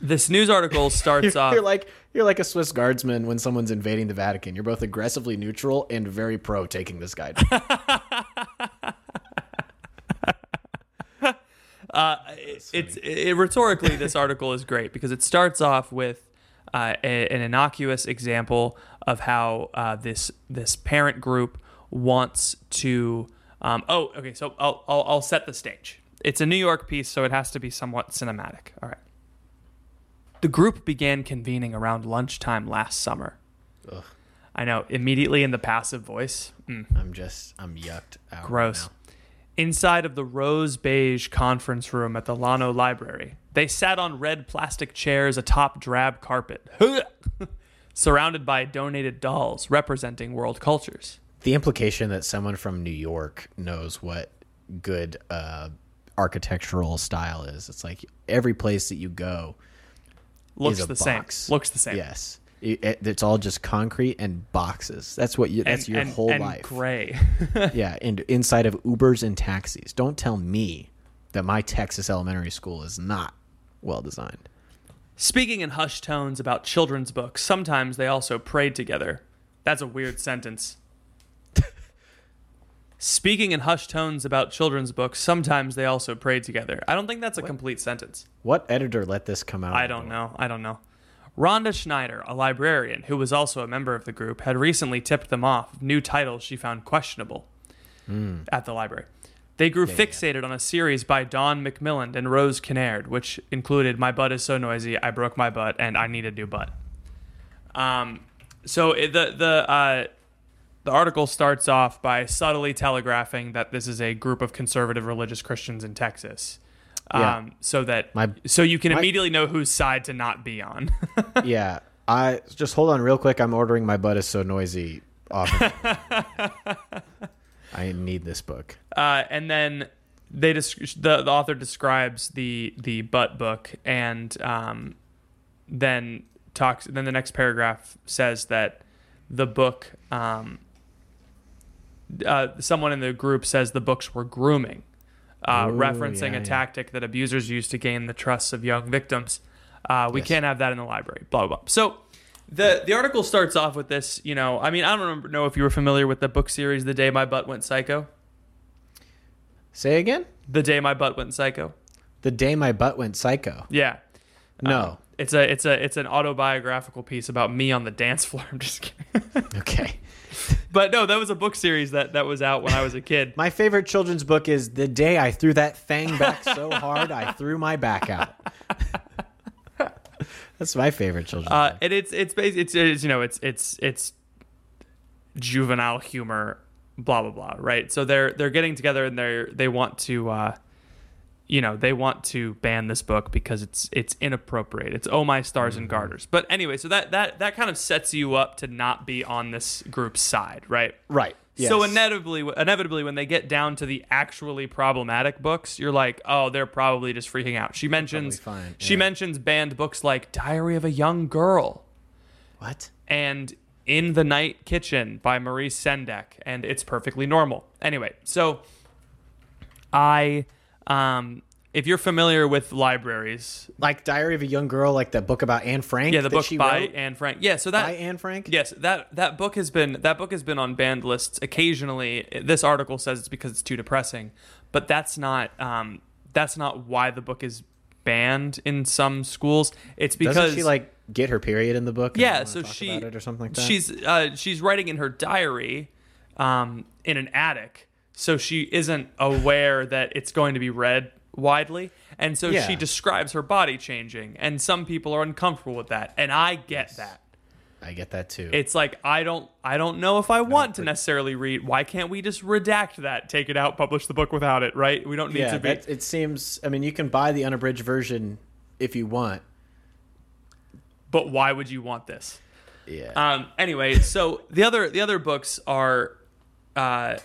[SPEAKER 1] this news article starts off.
[SPEAKER 2] you're like you're like a Swiss guardsman when someone's invading the Vatican. You're both aggressively neutral and very pro taking this guy. down.
[SPEAKER 1] it's it, rhetorically this article is great because it starts off with uh, a- an innocuous example of how uh, this this parent group wants to. Um, oh, okay. So I'll, I'll I'll set the stage. It's a New York piece, so it has to be somewhat cinematic. All right. The group began convening around lunchtime last summer. I know immediately in the passive voice.
[SPEAKER 2] I'm just I'm yucked out. right
[SPEAKER 1] Gross.
[SPEAKER 2] now.
[SPEAKER 1] Inside of the rose beige conference room at the Lano Library, they sat on red plastic chairs atop drab carpet, surrounded by donated dolls representing world cultures.
[SPEAKER 2] The implication that someone from New York knows what good uh, architectural style is. It's like every place that you go,
[SPEAKER 1] Looks
[SPEAKER 2] a
[SPEAKER 1] the
[SPEAKER 2] box.
[SPEAKER 1] same. Looks the same.
[SPEAKER 2] yes, it, it- it's all just concrete and boxes. That's what you. That's your
[SPEAKER 1] and,
[SPEAKER 2] whole
[SPEAKER 1] and
[SPEAKER 2] life.
[SPEAKER 1] Gray.
[SPEAKER 2] Yeah, and inside of Ubers and taxis. Don't tell me that my Texas elementary school is not well designed.
[SPEAKER 1] Speaking in hushed tones about children's books, sometimes they also prayed together. That's a weird sentence. Speaking in hushed tones about children's books, sometimes they also pray together. I don't think that's a complete sentence.
[SPEAKER 2] What editor let this come out?
[SPEAKER 1] I don't know. I don't know. Rhonda Schneider, a librarian who was also a member of the group, had recently tipped them off of new titles she found questionable
[SPEAKER 2] Hmm.
[SPEAKER 1] at the library. They grew fixated on a series by Don McMillan and Rose Kinnaird, which included My Butt Is So Noisy, I Broke My Butt, and I Need a New Butt. Um, so it, the, the, uh, the article starts off by subtly telegraphing that this is a group of conservative religious Christians in Texas.
[SPEAKER 2] Yeah.
[SPEAKER 1] Um, so that
[SPEAKER 2] My-
[SPEAKER 1] so you can
[SPEAKER 2] my-
[SPEAKER 1] immediately know whose side to not be on.
[SPEAKER 2] yeah. I just hold on real quick. I'm ordering my butt is so noisy. Off. of- I need this book.
[SPEAKER 1] uh, and then they desc- the, the author describes the the butt book and um, then talks then the next paragraph says that the book um, uh, someone in the group says the books were grooming uh,
[SPEAKER 2] Ooh,
[SPEAKER 1] referencing
[SPEAKER 2] yeah,
[SPEAKER 1] a
[SPEAKER 2] yeah.
[SPEAKER 1] tactic that abusers use to gain the trusts of young victims uh, we can't have that in the library blah blah, blah. so the the article starts off with this you know i mean i don't remember- know if you were familiar with the book series the day my butt went psycho
[SPEAKER 2] Say again.
[SPEAKER 1] the day my butt went psycho.
[SPEAKER 2] The day my butt went psycho.
[SPEAKER 1] Yeah.
[SPEAKER 2] No.
[SPEAKER 1] It's a it's a it's an autobiographical piece about me on the dance floor. I'm just kidding.
[SPEAKER 2] okay.
[SPEAKER 1] but no, that was a book series that that was out when I was a kid.
[SPEAKER 2] My favorite children's book is The Day I Threw That Thing Back So Hard I Threw My Back Out. That's my favorite children's
[SPEAKER 1] Uh,
[SPEAKER 2] book.
[SPEAKER 1] and it's it's basi- it's it's you know it's it's it's juvenile humor, blah blah blah. Right. So they're they're getting together and they're they want to. Uh, you know they want to ban this book because it's it's inappropriate. It's oh my stars and garters. But anyway, so that that that kind of sets you up to not be on this group's side, right?
[SPEAKER 2] Right. Yes.
[SPEAKER 1] So inevitably, inevitably, when they get down to the actually problematic books, you're like, oh, they're probably just freaking out. She mentions
[SPEAKER 2] probably fine,
[SPEAKER 1] she
[SPEAKER 2] yeah.
[SPEAKER 1] mentions banned books like Diary of a Young Girl
[SPEAKER 2] What?
[SPEAKER 1] and In the Night Kitchen by Marie Sendek, and it's perfectly normal. Anyway, so I, um, if you're familiar with libraries,
[SPEAKER 2] Like Diary of a Young Girl, like the book about Anne Frank?
[SPEAKER 1] yeah, the
[SPEAKER 2] that
[SPEAKER 1] book
[SPEAKER 2] she
[SPEAKER 1] by
[SPEAKER 2] wrote?
[SPEAKER 1] Anne Frank, yeah, so that
[SPEAKER 2] by Anne Frank?
[SPEAKER 1] Yes, that that book has been that book has been on banned lists occasionally. This article says it's because it's too depressing, but that's not um, that's not why the book is banned in some schools. It's because
[SPEAKER 2] Doesn't she like get her period in the book? and
[SPEAKER 1] yeah,
[SPEAKER 2] wanna
[SPEAKER 1] so
[SPEAKER 2] talk
[SPEAKER 1] she
[SPEAKER 2] about it or something like that.
[SPEAKER 1] She's uh, she's writing in her diary um, in an attic, so she isn't aware that it's going to be read widely, and so
[SPEAKER 2] Yeah.
[SPEAKER 1] she describes her body changing, and some people are uncomfortable with that, and I get that
[SPEAKER 2] I get that too.
[SPEAKER 1] it's like I don't I don't know if I want to necessarily read. Why can't we just redact that, take it out, publish the book without it, right? We don't need
[SPEAKER 2] yeah,
[SPEAKER 1] to be
[SPEAKER 2] that, it seems. I mean, you can buy the unabridged version if you want.
[SPEAKER 1] but why would you want this?
[SPEAKER 2] Yeah.
[SPEAKER 1] Um anyway, so the other the other books are uh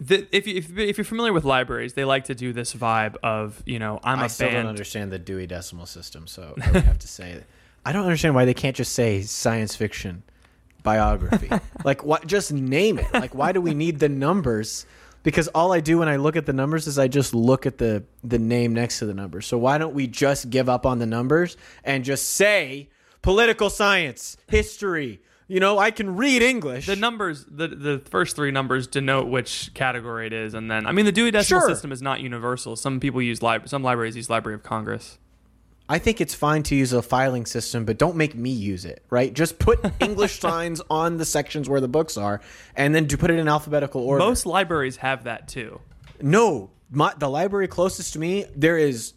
[SPEAKER 1] the, if, you, if, if you're familiar with libraries, they like to do this vibe of you know I'm
[SPEAKER 2] I
[SPEAKER 1] a
[SPEAKER 2] still don't
[SPEAKER 1] band.
[SPEAKER 2] understand the Dewey Decimal System, so I would have to say, I don't understand why they can't just say science fiction biography. like, what? Just name it. Like, why do we need the numbers? Because all I do when I look at the numbers is I just look at the the name next to the numbers. So why don't we just give up on the numbers and just say political science, history? You know, I can read English.
[SPEAKER 1] the numbers the, the first three numbers denote which category it is, and then I mean the Dewey Decimal
[SPEAKER 2] Sure.
[SPEAKER 1] System is not universal. Some people use lib- some libraries use Library of Congress.
[SPEAKER 2] I think it's fine to use a filing system, but don't make me use it, right? Just put English signs on the sections where the books are and then do put it in alphabetical order.
[SPEAKER 1] Most libraries have that too.
[SPEAKER 2] no, my, the library closest to me, there is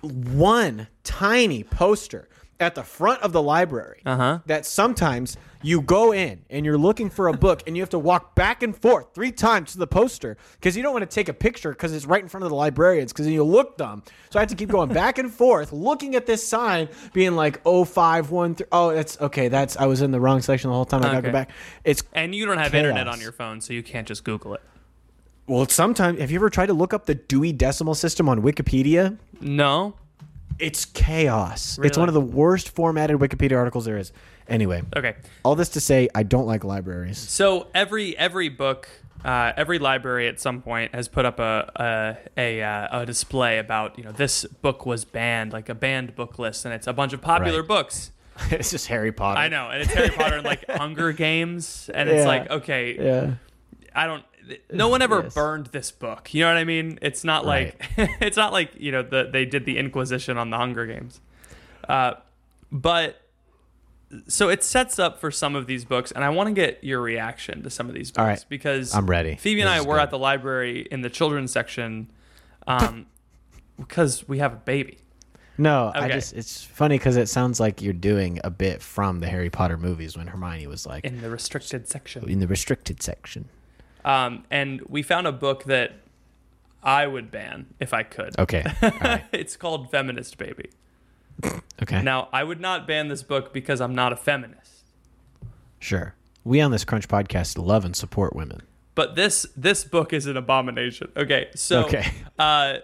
[SPEAKER 2] one tiny poster at the front of the library that sometimes you go in and you're looking for a book and you have to walk back and forth three times to the poster because you don't want to take a picture because it's right in front of the librarians because then you look dumb. So I have to keep going back and forth looking at this sign being like oh five one three oh that's okay that's I was in the wrong section the whole time I gotta
[SPEAKER 1] Okay.
[SPEAKER 2] go back. It's
[SPEAKER 1] And you don't have
[SPEAKER 2] Chaos.
[SPEAKER 1] internet on your phone, so you can't just Google it.
[SPEAKER 2] well sometimes have you ever tried to look up the Dewey Decimal System on Wikipedia?
[SPEAKER 1] No.
[SPEAKER 2] It's chaos. It's
[SPEAKER 1] Really?
[SPEAKER 2] one of the worst formatted Wikipedia articles there is. Anyway,
[SPEAKER 1] Okay.
[SPEAKER 2] all this to say, I don't like libraries.
[SPEAKER 1] So every every book, uh, every library at some point has put up a a, a uh, a display about you know this book was banned, like a banned book list, and it's a bunch of popular
[SPEAKER 2] Right.
[SPEAKER 1] books.
[SPEAKER 2] it's just Harry Potter.
[SPEAKER 1] I know, and it's Harry Potter and like Hunger Games, and it's
[SPEAKER 2] Yeah.
[SPEAKER 1] like okay,
[SPEAKER 2] Yeah.
[SPEAKER 1] I don't. no one ever
[SPEAKER 2] Yes.
[SPEAKER 1] burned this book. You know what I mean? It's not like it's not like you know the, they did the Inquisition on the Hunger Games, uh, but so it sets up for some of these books, and I want to get your reaction to some of these books
[SPEAKER 2] All right.
[SPEAKER 1] because
[SPEAKER 2] I'm ready.
[SPEAKER 1] Phoebe and
[SPEAKER 2] This
[SPEAKER 1] I
[SPEAKER 2] is
[SPEAKER 1] were
[SPEAKER 2] good.
[SPEAKER 1] at the library in the children's section um, because we have a baby.
[SPEAKER 2] No, I
[SPEAKER 1] Okay.
[SPEAKER 2] just it's funny because it sounds like you're doing a bit from the Harry Potter movies when Hermione was like in,
[SPEAKER 1] in the restricted section.
[SPEAKER 2] the restricted section.
[SPEAKER 1] Um, and we found a book that I would ban if I could.
[SPEAKER 2] Okay, all right.
[SPEAKER 1] it's called Feminist Baby.
[SPEAKER 2] okay,
[SPEAKER 1] Now, I would not ban this book because I'm not a feminist.
[SPEAKER 2] sure. We on this Crunch podcast love and support women.
[SPEAKER 1] But this this book is an abomination. Okay, so
[SPEAKER 2] Okay.
[SPEAKER 1] uh,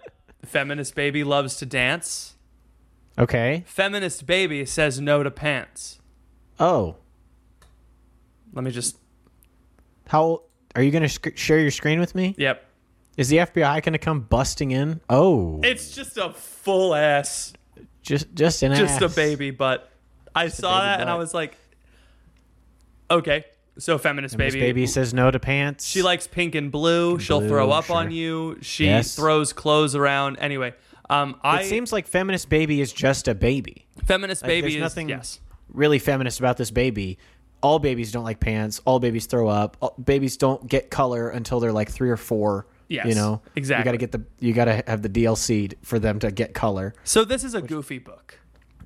[SPEAKER 1] feminist baby loves to dance.
[SPEAKER 2] Okay.
[SPEAKER 1] Feminist baby says no to pants.
[SPEAKER 2] Oh,
[SPEAKER 1] Let me just.
[SPEAKER 2] how are you going to sc- share your screen with me?
[SPEAKER 1] Yep.
[SPEAKER 2] Is the FBI going to come busting in? Oh,
[SPEAKER 1] It's just a full ass,
[SPEAKER 2] just just an
[SPEAKER 1] just a
[SPEAKER 2] ass.
[SPEAKER 1] baby butt. I saw
[SPEAKER 2] baby
[SPEAKER 1] that and I
[SPEAKER 2] butt.
[SPEAKER 1] was like, okay. So feminist,
[SPEAKER 2] This baby says no to pants.
[SPEAKER 1] She likes pink and blue. She'll
[SPEAKER 2] blue,
[SPEAKER 1] throw up
[SPEAKER 2] sure.
[SPEAKER 1] on you. She
[SPEAKER 2] Yes.
[SPEAKER 1] throws clothes around. Anyway, um,
[SPEAKER 2] It
[SPEAKER 1] I
[SPEAKER 2] seems like feminist baby is just a baby.
[SPEAKER 1] feminist
[SPEAKER 2] Like,
[SPEAKER 1] baby
[SPEAKER 2] there's
[SPEAKER 1] is
[SPEAKER 2] nothing
[SPEAKER 1] yes.
[SPEAKER 2] really feminist about this baby. All babies don't like pants. All babies throw up. All, babies don't get color until they're like three or four.
[SPEAKER 1] Yes,
[SPEAKER 2] you know
[SPEAKER 1] exactly.
[SPEAKER 2] You got to get the you got to have the DLC for them to get color.
[SPEAKER 1] So this is a goofy book.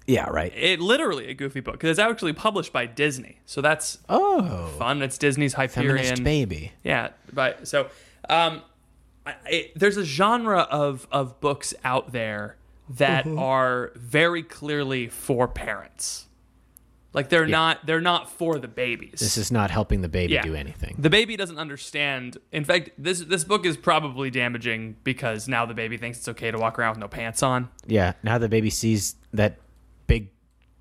[SPEAKER 2] Yeah, right.
[SPEAKER 1] It literally a goofy book because it's actually published by Disney. So that's
[SPEAKER 2] Oh,
[SPEAKER 1] fun. It's Disney's Hyperion.
[SPEAKER 2] feminist baby.
[SPEAKER 1] Yeah, but so um, I, it, there's a genre of of books out there that
[SPEAKER 2] Mm-hmm.
[SPEAKER 1] are very clearly for parents. Like they're not they're not for the babies.
[SPEAKER 2] This is not helping the baby
[SPEAKER 1] Yeah.
[SPEAKER 2] do anything.
[SPEAKER 1] The baby doesn't understand. In fact, this this book is probably damaging because now the baby thinks it's okay to walk around with no pants on.
[SPEAKER 2] Yeah. Now the baby sees that big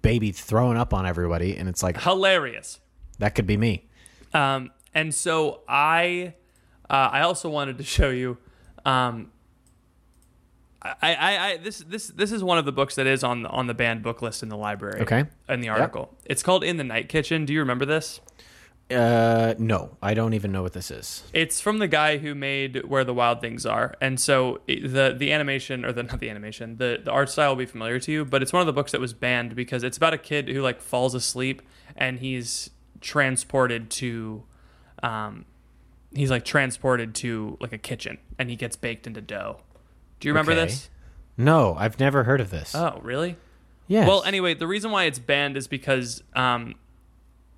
[SPEAKER 2] baby throwing up on everybody, and it's like
[SPEAKER 1] Hilarious.
[SPEAKER 2] that could be me.
[SPEAKER 1] Um, and so I, uh, I also wanted to show you. Um, I, I, I, this, this, this is one of the books that is on the, on the banned book list in the library.
[SPEAKER 2] Okay.
[SPEAKER 1] In the article, it's called "In the Night Kitchen." Do you remember this?
[SPEAKER 2] Uh, no, I don't even know what this is.
[SPEAKER 1] It's from the guy who made Where the Wild Things Are, and so it- the the animation or the not the animation, the the art style will be familiar to you. But it's one of the books that was banned because it's about a kid who like falls asleep and he's transported to, um, he's like transported to like a kitchen and he gets baked into dough. Do you remember
[SPEAKER 2] Okay.
[SPEAKER 1] this?
[SPEAKER 2] No, I've never heard of this.
[SPEAKER 1] Oh, really?
[SPEAKER 2] yes.
[SPEAKER 1] Well, anyway, the reason why it's banned is because um,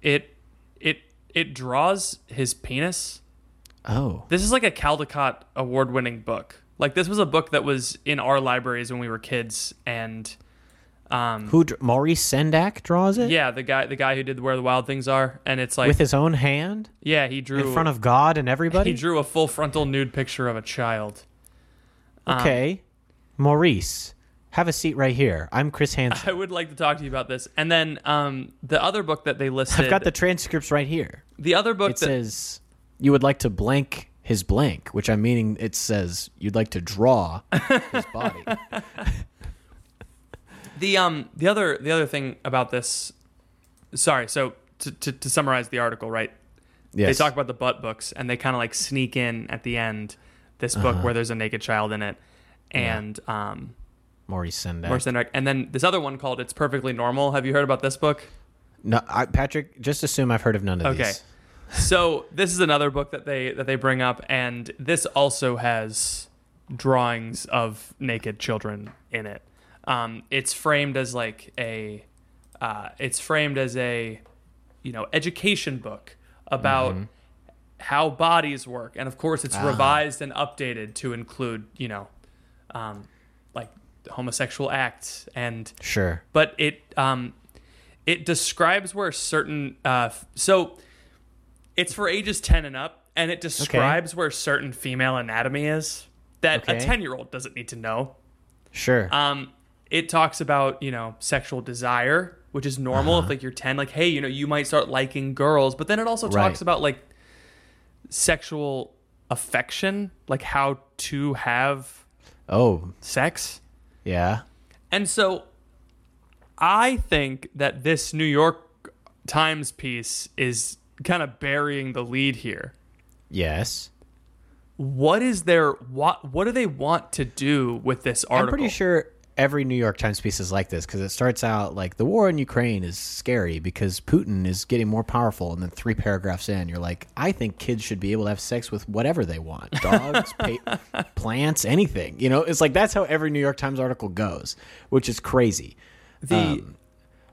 [SPEAKER 1] it it it draws his penis.
[SPEAKER 2] Oh.
[SPEAKER 1] This is like a Caldecott award winning book. Like this was a book that was in our libraries when we were kids and um
[SPEAKER 2] Who dr- Maurice Sendak draws it
[SPEAKER 1] yeah, the guy the guy who did Where the Wild Things Are and it's like
[SPEAKER 2] with his own hand
[SPEAKER 1] yeah, he drew
[SPEAKER 2] in front of God and
[SPEAKER 1] he
[SPEAKER 2] everybody.
[SPEAKER 1] drew a full frontal nude picture of a child. um,
[SPEAKER 2] okay, Maurice, have a seat right here. I'm Chris Hansen.
[SPEAKER 1] I would like to talk to you about this. And then um the other book that they listed
[SPEAKER 2] I've got the transcripts right here.
[SPEAKER 1] the other book
[SPEAKER 2] It
[SPEAKER 1] that
[SPEAKER 2] says you would like to blank his blank, which I'm meaning it says you'd like to draw his body.
[SPEAKER 1] the um the other the other thing about this sorry, so to, to, to summarize the article, right?
[SPEAKER 2] Yes.
[SPEAKER 1] They talk about the butt books and they kind of like sneak in at the end this book where there's a naked child in it and um
[SPEAKER 2] Maurice Sendak.
[SPEAKER 1] Morris Sendak. and then this other one called It's Perfectly Normal. Have you heard about this book?
[SPEAKER 2] No, I, Patrick, just assume I've heard of none of
[SPEAKER 1] Okay.
[SPEAKER 2] these.
[SPEAKER 1] so this is another book that they that they bring up and this also has drawings of naked children in it. Um, it's framed as like a uh, it's framed as a you know education book about how bodies work and of course it's revised and updated to include you know um, like homosexual acts and
[SPEAKER 2] Sure.
[SPEAKER 1] but it um, it describes where certain uh, f- so it's for ages 10 and up and it describes where certain female anatomy is that a
[SPEAKER 2] Okay.
[SPEAKER 1] 10 year old doesn't need to know
[SPEAKER 2] Sure.
[SPEAKER 1] um, it talks about you know sexual desire which is normal
[SPEAKER 2] Uh-huh.
[SPEAKER 1] if like you're 10 like hey you know you might start liking girls but then it also
[SPEAKER 2] Right.
[SPEAKER 1] talks about like sexual affection like how to have
[SPEAKER 2] oh,
[SPEAKER 1] sex
[SPEAKER 2] yeah.
[SPEAKER 1] and so I think that this New York Times piece is kind of burying the lead here
[SPEAKER 2] Yes.
[SPEAKER 1] what is their what what do they want to do with this article?
[SPEAKER 2] I'm pretty sure every New York Times piece is like this because it starts out like the war in Ukraine is scary because Putin is getting more powerful, and then three paragraphs in, you're like, I think kids should be able to have sex with whatever they want, dogs, pa- plants, anything. You know, it's like that's how every New York Times article goes, which is crazy.
[SPEAKER 1] the
[SPEAKER 2] Um,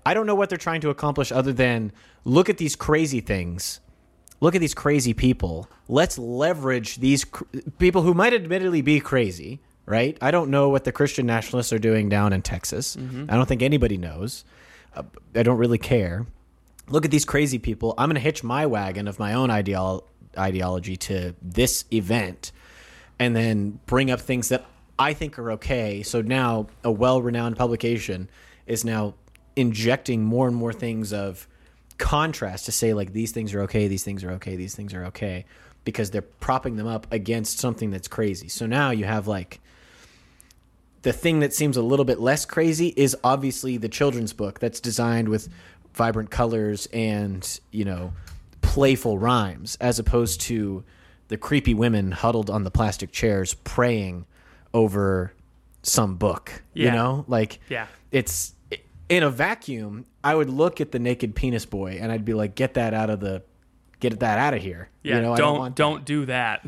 [SPEAKER 2] I don't know what they're trying to accomplish other than look at these crazy things. Look at these crazy people. Let's leverage these cr- people who might admittedly be crazy, right? I don't know what the Christian nationalists are doing down in Texas. I don't think anybody knows. Uh, I don't really care. Look at these crazy people. I'm going to hitch my wagon of my own ideol- ideology to this event and then bring up things that I think are okay. So now a well renowned publication is now injecting more and more things of contrast to say, like, these things are okay, these things are okay, these things are okay, because they're propping them up against something that's crazy. So now you have like the thing that seems a little bit less crazy is obviously the children's book that's designed with vibrant colors and you know playful rhymes as opposed to the creepy women huddled on the plastic chairs praying over some book you
[SPEAKER 1] Yeah.
[SPEAKER 2] know like
[SPEAKER 1] Yeah.
[SPEAKER 2] it's in a vacuum i would look at the naked penis boy and i'd be like get that out of the get that out of here
[SPEAKER 1] yeah,
[SPEAKER 2] you
[SPEAKER 1] don't
[SPEAKER 2] know i don't want that
[SPEAKER 1] don't do that.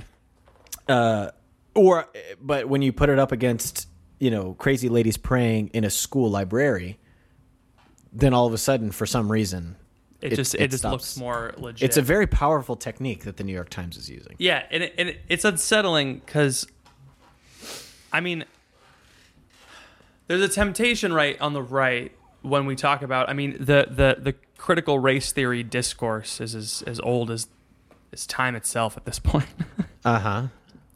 [SPEAKER 2] or but when you put it up against you know crazy ladies praying in a school library then all of a sudden for some reason
[SPEAKER 1] It, just it, just looks
[SPEAKER 2] stops.
[SPEAKER 1] more legit.
[SPEAKER 2] it's a very powerful technique that the new york times is using
[SPEAKER 1] Yeah, and, it, and it, it's unsettling because, I mean, there's a temptation right on the right when we talk about. I mean, the the the critical race theory discourse is as as old as as time itself at this point,
[SPEAKER 2] uh-huh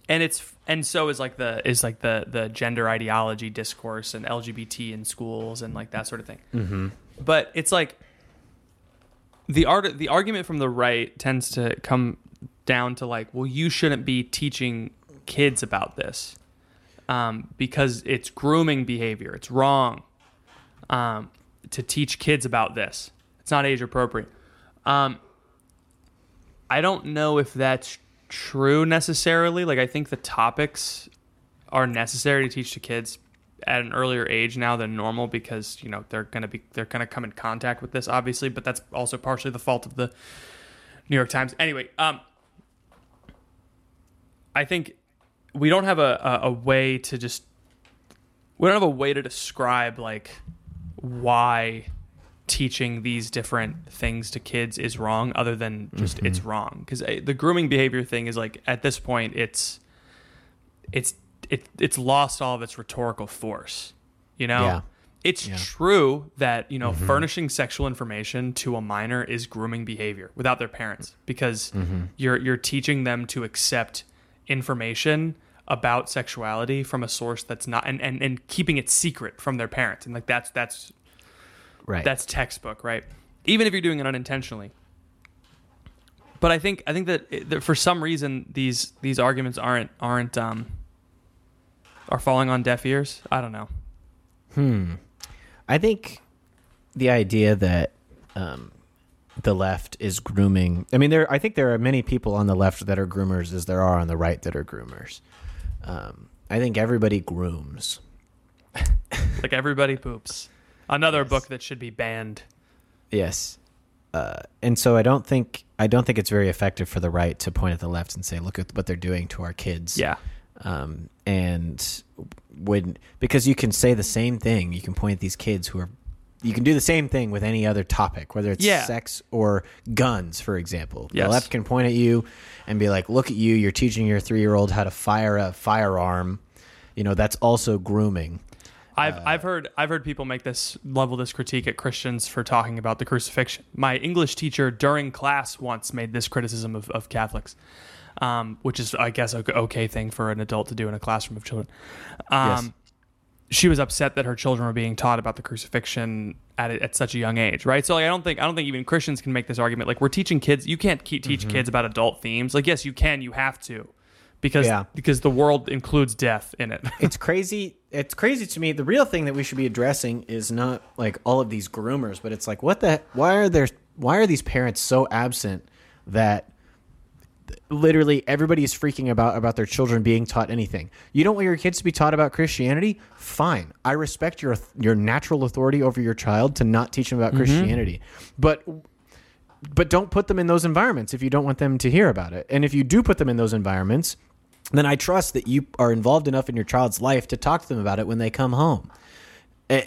[SPEAKER 1] and it's and so is like the is like the the gender ideology discourse and LGBT in schools and like that sort of thing. Mm-hmm. But it's like the art the argument from the right tends to come down to like well you shouldn't be teaching kids about this um, because it's grooming behavior it's wrong um, to teach kids about this it's not age appropriate um, i don't know if that's true necessarily like i think the topics are necessary to teach to kids at an earlier age now than normal because you know they're going to be they're going to come in contact with this obviously but that's also partially the fault of the New York Times anyway um I think we don't have a, a, a way to just we don't have a way to describe like why teaching these different things to kids is wrong other than just it's
[SPEAKER 2] Mm-hmm.
[SPEAKER 1] wrong because the grooming behavior thing is like at this point it's it's it, it's lost all of its rhetorical force you know
[SPEAKER 2] Yeah. Mm-hmm.
[SPEAKER 1] it's true that you know furnishing sexual information to a minor is grooming behavior without their parents because
[SPEAKER 2] Mm-hmm.
[SPEAKER 1] you're you're teaching them to accept information about sexuality from a source that's not and, and and keeping it secret from their parents and like that's that's
[SPEAKER 2] right
[SPEAKER 1] that's textbook right even if you're doing it unintentionally but i think i think that, it- that for some reason these these arguments aren't aren't um are falling on deaf ears i don't know
[SPEAKER 2] i think the idea that um the left is grooming i mean there i think there are many people on the left that are groomers as there are on the right that are groomers um i think everybody grooms
[SPEAKER 1] like everybody poops another book that should be banned
[SPEAKER 2] Yes. Uh, and so I don't think I don't think it's very effective for the right to point at the left and say, "Look at what they're doing to our kids."
[SPEAKER 1] yeah
[SPEAKER 2] Um, and when because you can say the same thing, you can point at these kids who are, you can do the same thing with any other topic, whether it's
[SPEAKER 1] Yeah.
[SPEAKER 2] sex or guns, for example.
[SPEAKER 1] Yes.
[SPEAKER 2] The left can point at you and be like, "Look at you! You're teaching your three year old how to fire a firearm." You know that's also grooming.
[SPEAKER 1] I've, I've heard I've heard people make this level this critique at Christians for talking about the crucifixion. My English teacher during class once made this criticism of, of Catholics, um, which is I guess a g- okay thing for an adult to do in a classroom of children. Um, She was upset that her children were being taught about the crucifixion at a- at such a young age, right? So like, I don't think I don't think even Christians can make this argument. Like we're teaching kids, you can't keep, teach kids about adult themes. Like yes, you can, you have to, because
[SPEAKER 2] Yeah.
[SPEAKER 1] because the world includes death in it.
[SPEAKER 2] it's crazy it's crazy to me the real thing that we should be addressing is not like all of these groomers but it's like what the why are there why are these parents so absent that literally everybody is freaking about about their children being taught anything. You don't want your kids to be taught about Christianity? Fine. I respect your your natural authority over your child to not teach them about Christianity. But but don't put them in those environments if you don't want them to hear about it. And if you do put them in those environments, then I trust that you are involved enough in your child's life to talk to them about it when they come home. Eh,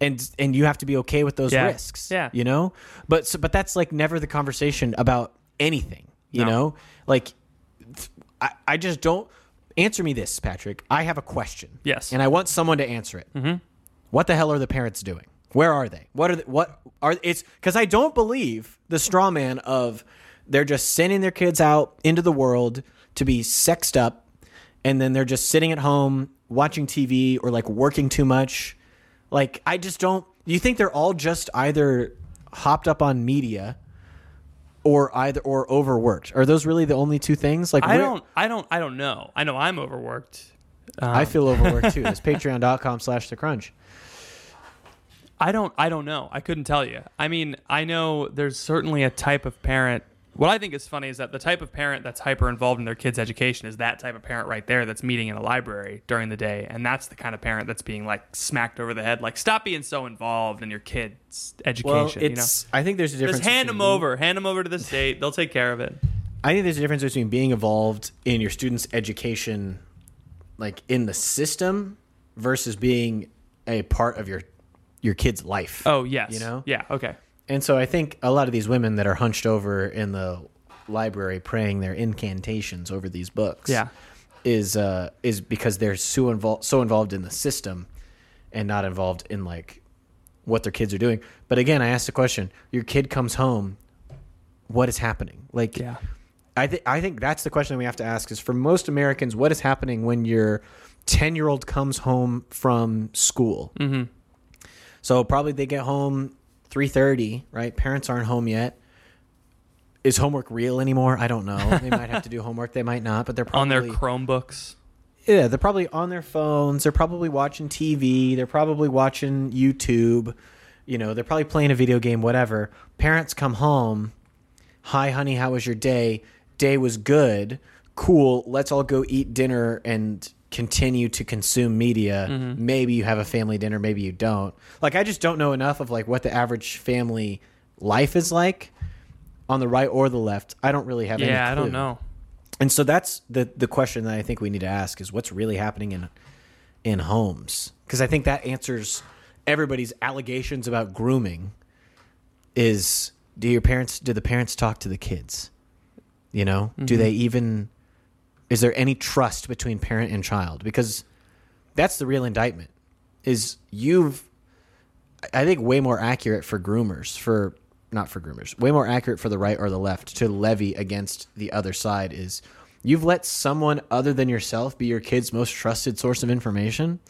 [SPEAKER 2] And and you have to be okay with those
[SPEAKER 1] Yeah.
[SPEAKER 2] risks.
[SPEAKER 1] Yeah.
[SPEAKER 2] You know? But so, but that's like never the conversation about anything, you
[SPEAKER 1] No.
[SPEAKER 2] know? Like I, I just don't answer me this, Patrick. I have a question.
[SPEAKER 1] Yes.
[SPEAKER 2] And I want someone to answer it. Mm-hmm. What the hell are the parents doing? Where are they? What are the, what are it's because I don't believe the straw man of they're just sending their kids out into the world to be sexed up, and then they're just sitting at home watching TV or like working too much. Like I just don't. You think they're all just either hopped up on media or either or overworked? Are those really the only two things? Like
[SPEAKER 1] I
[SPEAKER 2] where-
[SPEAKER 1] don't. I don't. I don't know. I know I'm overworked.
[SPEAKER 2] I feel overworked too. It's patreon.com slash the crunch.
[SPEAKER 1] I don't I don't know. I couldn't tell you. I mean, I know there's certainly a type of parent what I think is funny is that the type of parent that's hyper involved in their kids' education is that type of parent right there that's meeting in a library during the day. And that's the kind of parent that's being like smacked over the head, like, stop being so involved in your kids' education. you know?
[SPEAKER 2] I think there's a difference.
[SPEAKER 1] Just hand
[SPEAKER 2] between-
[SPEAKER 1] them over. Hand them over to the state. They'll take care of it.
[SPEAKER 2] I think there's a difference between being involved in your students' education, like in the system, versus being a part of your your kid's life.
[SPEAKER 1] Oh, yes.
[SPEAKER 2] You know?
[SPEAKER 1] Yeah. Okay.
[SPEAKER 2] And so I think a lot of these women that are hunched over in the library praying their incantations over these books,
[SPEAKER 1] Yeah.
[SPEAKER 2] is uh, is because they're so involved so involved in the system, and not involved in like what their kids are doing. But again, I asked the question: Your kid comes home, what is happening? Like,
[SPEAKER 1] Yeah.
[SPEAKER 2] I think I think that's the question we have to ask: Is for most Americans, what is happening when your ten year old comes home from school?
[SPEAKER 1] Mm-hmm.
[SPEAKER 2] So probably they get home three thirty, right? Parents aren't home yet. Is homework real anymore? I don't know. They might have to do homework. They might not, but they're probably
[SPEAKER 1] On their Chromebooks.
[SPEAKER 2] yeah, they're probably on their phones. They're probably watching TV. They're probably watching YouTube. You know, they're probably playing a video game, whatever. Parents come home. Hi, honey. How was your day? Day was good. Cool. Let's all go eat dinner and continue to consume media.
[SPEAKER 1] Mm-hmm.
[SPEAKER 2] Maybe you have a family dinner. Maybe you don't. Like, I just don't know enough of like what the average family life is like on the right or the left. I don't really have any
[SPEAKER 1] Yeah, I don't
[SPEAKER 2] clue.
[SPEAKER 1] know.
[SPEAKER 2] And so that's the the question that I think we need to ask is what's really happening in in homes because I think that answers everybody's allegations about grooming is do your parents do the parents talk to the kids? You know, do they
[SPEAKER 1] Mm-hmm.
[SPEAKER 2] even is there any trust between parent and child? Because that's the real indictment is you've I think way more accurate for groomers for not for groomers, way more accurate for the right or the left to levy against the other side is you've let someone other than yourself be your kid's most trusted source of information.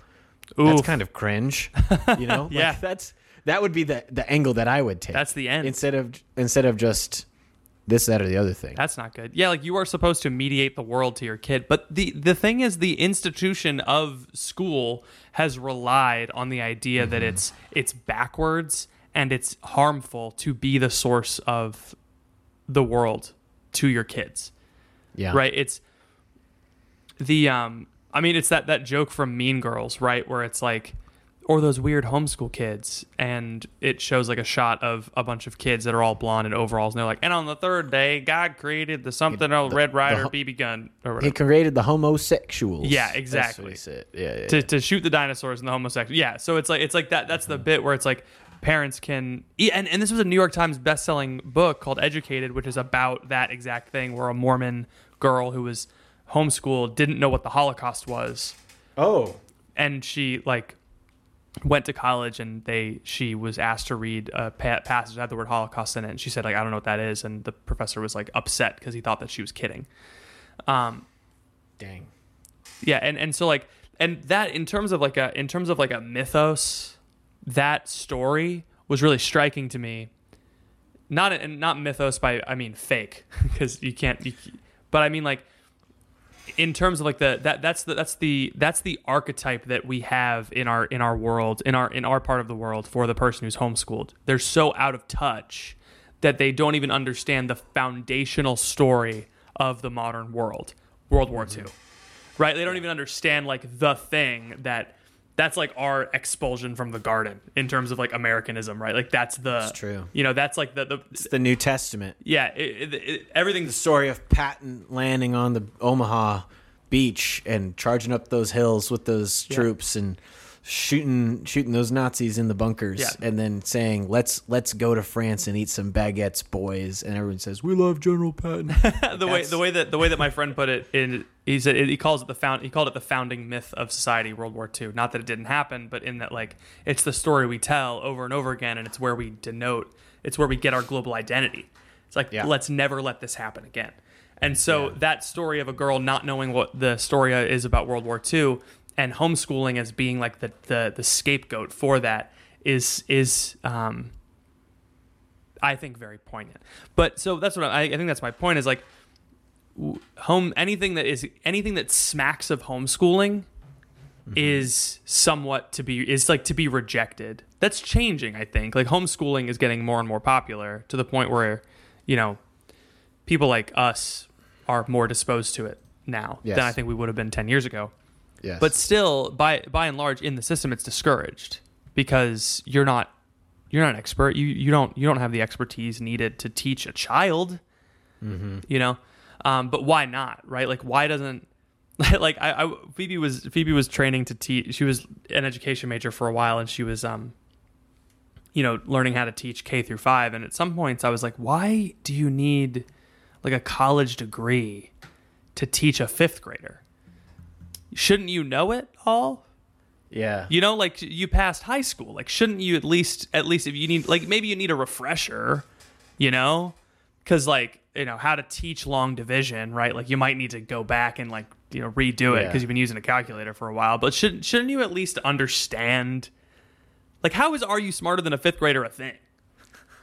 [SPEAKER 2] That's
[SPEAKER 1] Oof.
[SPEAKER 2] kind of cringe, you know. Like,
[SPEAKER 1] Yeah.
[SPEAKER 2] that's that would be the the angle that I would take.
[SPEAKER 1] That's the end.
[SPEAKER 2] instead of instead of just this, that, or the other thing.
[SPEAKER 1] That's not good. Yeah, like you are supposed to mediate the world to your kid, but the the thing is the institution of school has relied on the idea that it's it's backwards and it's harmful to be the source of the world to your kids.
[SPEAKER 2] yeah,
[SPEAKER 1] Right? It's the um I mean it's that that joke from Mean Girls, right, where it's like or those weird homeschool kids and it shows like a shot of a bunch of kids that are all blonde in overalls and they're like and on the third day God created the something or red rider
[SPEAKER 2] ho-
[SPEAKER 1] BB gun or
[SPEAKER 2] He
[SPEAKER 1] whatever
[SPEAKER 2] created the homosexuals.
[SPEAKER 1] Yeah,
[SPEAKER 2] That's what
[SPEAKER 1] exactly.
[SPEAKER 2] he said. Yeah, yeah,
[SPEAKER 1] to, to shoot the dinosaurs and the homosexual. Yeah, so it's like it's like that that's the bit where it's like parents can e- and and this was a New York Times best-selling book called Educated which is about that exact thing where a Mormon girl who was homeschooled didn't know what the Holocaust was
[SPEAKER 2] Oh,
[SPEAKER 1] and she like went to college and they she was asked to read a pa- passage that had the word holocaust in it and she said like i don't know what that is and the professor was like upset because he thought that she was kidding
[SPEAKER 2] dang.
[SPEAKER 1] yeah and and so like and that in terms of like a in terms of like a mythos that story was really striking to me not and not mythos by i mean fake because you can't you, but i mean like in terms of like the that that's the that's the that's the archetype that we have in our in our world in our in our part of the world for the person who's homeschooled they're so out of touch that they don't even understand the foundational story of the modern world, World War
[SPEAKER 2] Mm-hmm.
[SPEAKER 1] II. Right? They don't even understand like the thing that that's like our expulsion from the garden in terms of like Americanism, right? Like that's the
[SPEAKER 2] It's true.
[SPEAKER 1] You know, that's like the, the
[SPEAKER 2] It's the New Testament.
[SPEAKER 1] yeah, it, it, it, everything's
[SPEAKER 2] The story of Patton landing on the Omaha beach and charging up those hills with those troops and shooting shooting those Nazis in the bunkers
[SPEAKER 1] Yeah.
[SPEAKER 2] and then saying, Let's let's go to France and eat some baguettes, boys and everyone says, We love General Patton.
[SPEAKER 1] the way the way that the way that my friend put it in he said he calls it the found he called it the founding myth of society World War II. Not that it didn't happen, but in that like it's the story we tell over and over again, and it's where we denote it's where we get our global identity. It's like
[SPEAKER 2] Yeah.
[SPEAKER 1] let's never let this happen again. And so that story of a girl not knowing what the story is about World War II and homeschooling as being like the the, the scapegoat for that is is um, I think very poignant. But so that's what I, I think. That's my point is like w- home anything that is anything that smacks of homeschooling is somewhat to be is like to be rejected. That's changing, I think. Like homeschooling is getting more and more popular to the point where you know people like us are more disposed to it now
[SPEAKER 2] Yes.
[SPEAKER 1] than I think we would have been ten years ago.
[SPEAKER 2] yes.
[SPEAKER 1] But still, by by and large, in the system, it's discouraged because you're not you're not an expert. You you don't you don't have the expertise needed to teach a child. You know, um, but why not? Right? Like, why doesn't like I, I Phoebe was Phoebe was training to teach. She was an education major for a while, and she was um you know learning how to teach K through five. And at some points, I was like, why do you need like a college degree to teach a fifth grader? shouldn't you know it all?
[SPEAKER 2] yeah.
[SPEAKER 1] You know, like you passed high school. Like, shouldn't you at least, at least if you need, like, maybe you need a refresher, you know? Because, like, you know, how to teach long division, right? Like, you might need to go back and, like, you know, redo it
[SPEAKER 2] Yeah.
[SPEAKER 1] because you've been using a calculator for a while. But shouldn't, shouldn't you at least understand? Like, how is Are You Smarter Than a Fifth Grader a thing?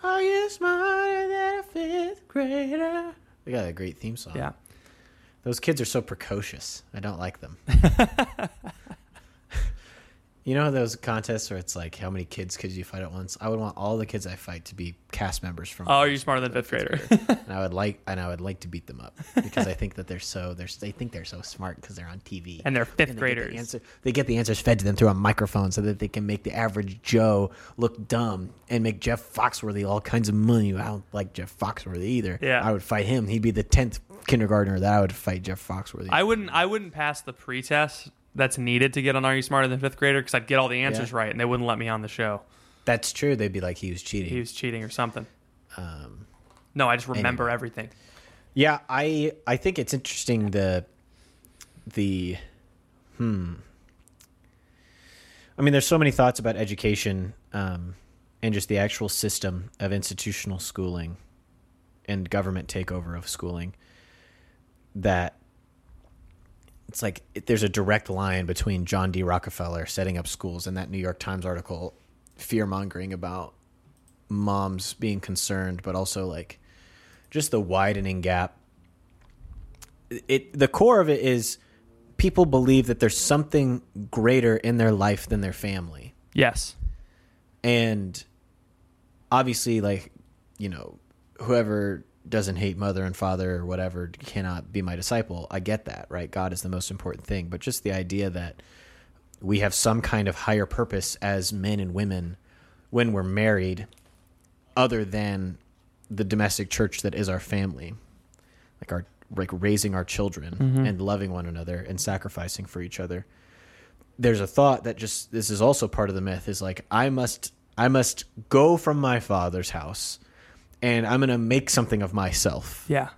[SPEAKER 2] Are you smarter than a fifth grader? We got a great theme song.
[SPEAKER 1] Yeah.
[SPEAKER 2] Those kids are so precocious. I don't like them. you know those contests where it's like, how many kids could you fight at once? I would want all the kids I fight to be cast members from,
[SPEAKER 1] Oh, Are You Smarter Than a Fifth Grader?
[SPEAKER 2] and I would like, and I would like to beat them up because I think that they're so they're they think they're so smart because they're on TV
[SPEAKER 1] and they're fifth
[SPEAKER 2] they get the
[SPEAKER 1] graders.
[SPEAKER 2] answer- they get the answers fed to them through a microphone so that they can make the average Joe look dumb and make Jeff Foxworthy all kinds of money. I don't like Jeff Foxworthy either.
[SPEAKER 1] Yeah.
[SPEAKER 2] I would fight him. He'd be the tenth kindergartner that I would fight Jeff Foxworthy.
[SPEAKER 1] I wouldn't. I wouldn't pass the pretest that's needed to get on Are You Smarter Than Fifth Grader because I'd get all the answers
[SPEAKER 2] Yeah.
[SPEAKER 1] right and they wouldn't let me on the show.
[SPEAKER 2] That's true. They'd be like he was cheating.
[SPEAKER 1] He was cheating or something.
[SPEAKER 2] um,
[SPEAKER 1] No, I just remember everything.
[SPEAKER 2] yeah, I I think it's interesting the the hmm. I mean, there's so many thoughts about education um, and just the actual system of institutional schooling and government takeover of schooling that it's like it- there's a direct line between John D. Rockefeller setting up schools and that New York Times article fear mongering about moms being concerned, but also like just the widening gap. It the core of it is people believe that there's something greater in their life than their family
[SPEAKER 1] Yes.
[SPEAKER 2] and obviously like you know whoever doesn't hate mother and father or whatever cannot be my disciple i get that right god is the most important thing but just the idea that we have some kind of higher purpose as men and women when we're married other than the domestic church that is our family like our like raising our children and loving one another and sacrificing for each other there's a thought that just this is also part of the myth is like I must I must go from my father's house and I'm going to make something of myself.
[SPEAKER 1] Yeah.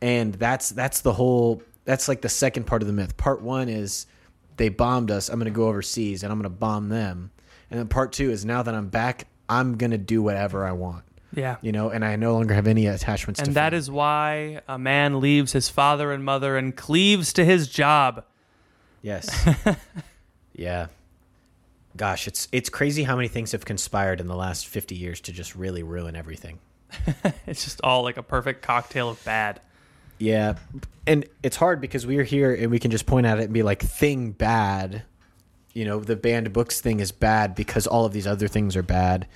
[SPEAKER 2] And that's that's the whole that's like the second part of the myth. Part 1 is they bombed us. I'm going to go overseas and I'm going to bomb them. And then part 2 is now that I'm back, I'm going to do whatever I want.
[SPEAKER 1] Yeah.
[SPEAKER 2] You know, and I no longer have any attachments to
[SPEAKER 1] and that
[SPEAKER 2] family.
[SPEAKER 1] is why a man leaves his father and mother and cleaves to his job.
[SPEAKER 2] Yes. yeah. Gosh, it's it's crazy how many things have conspired in the last 50 years to just really ruin everything.
[SPEAKER 1] It's just all like a perfect cocktail of bad.
[SPEAKER 2] Yeah. And it's hard because we are here and we can just point at it and be like, thing bad. You know, the banned books thing is bad because all of these other things are bad.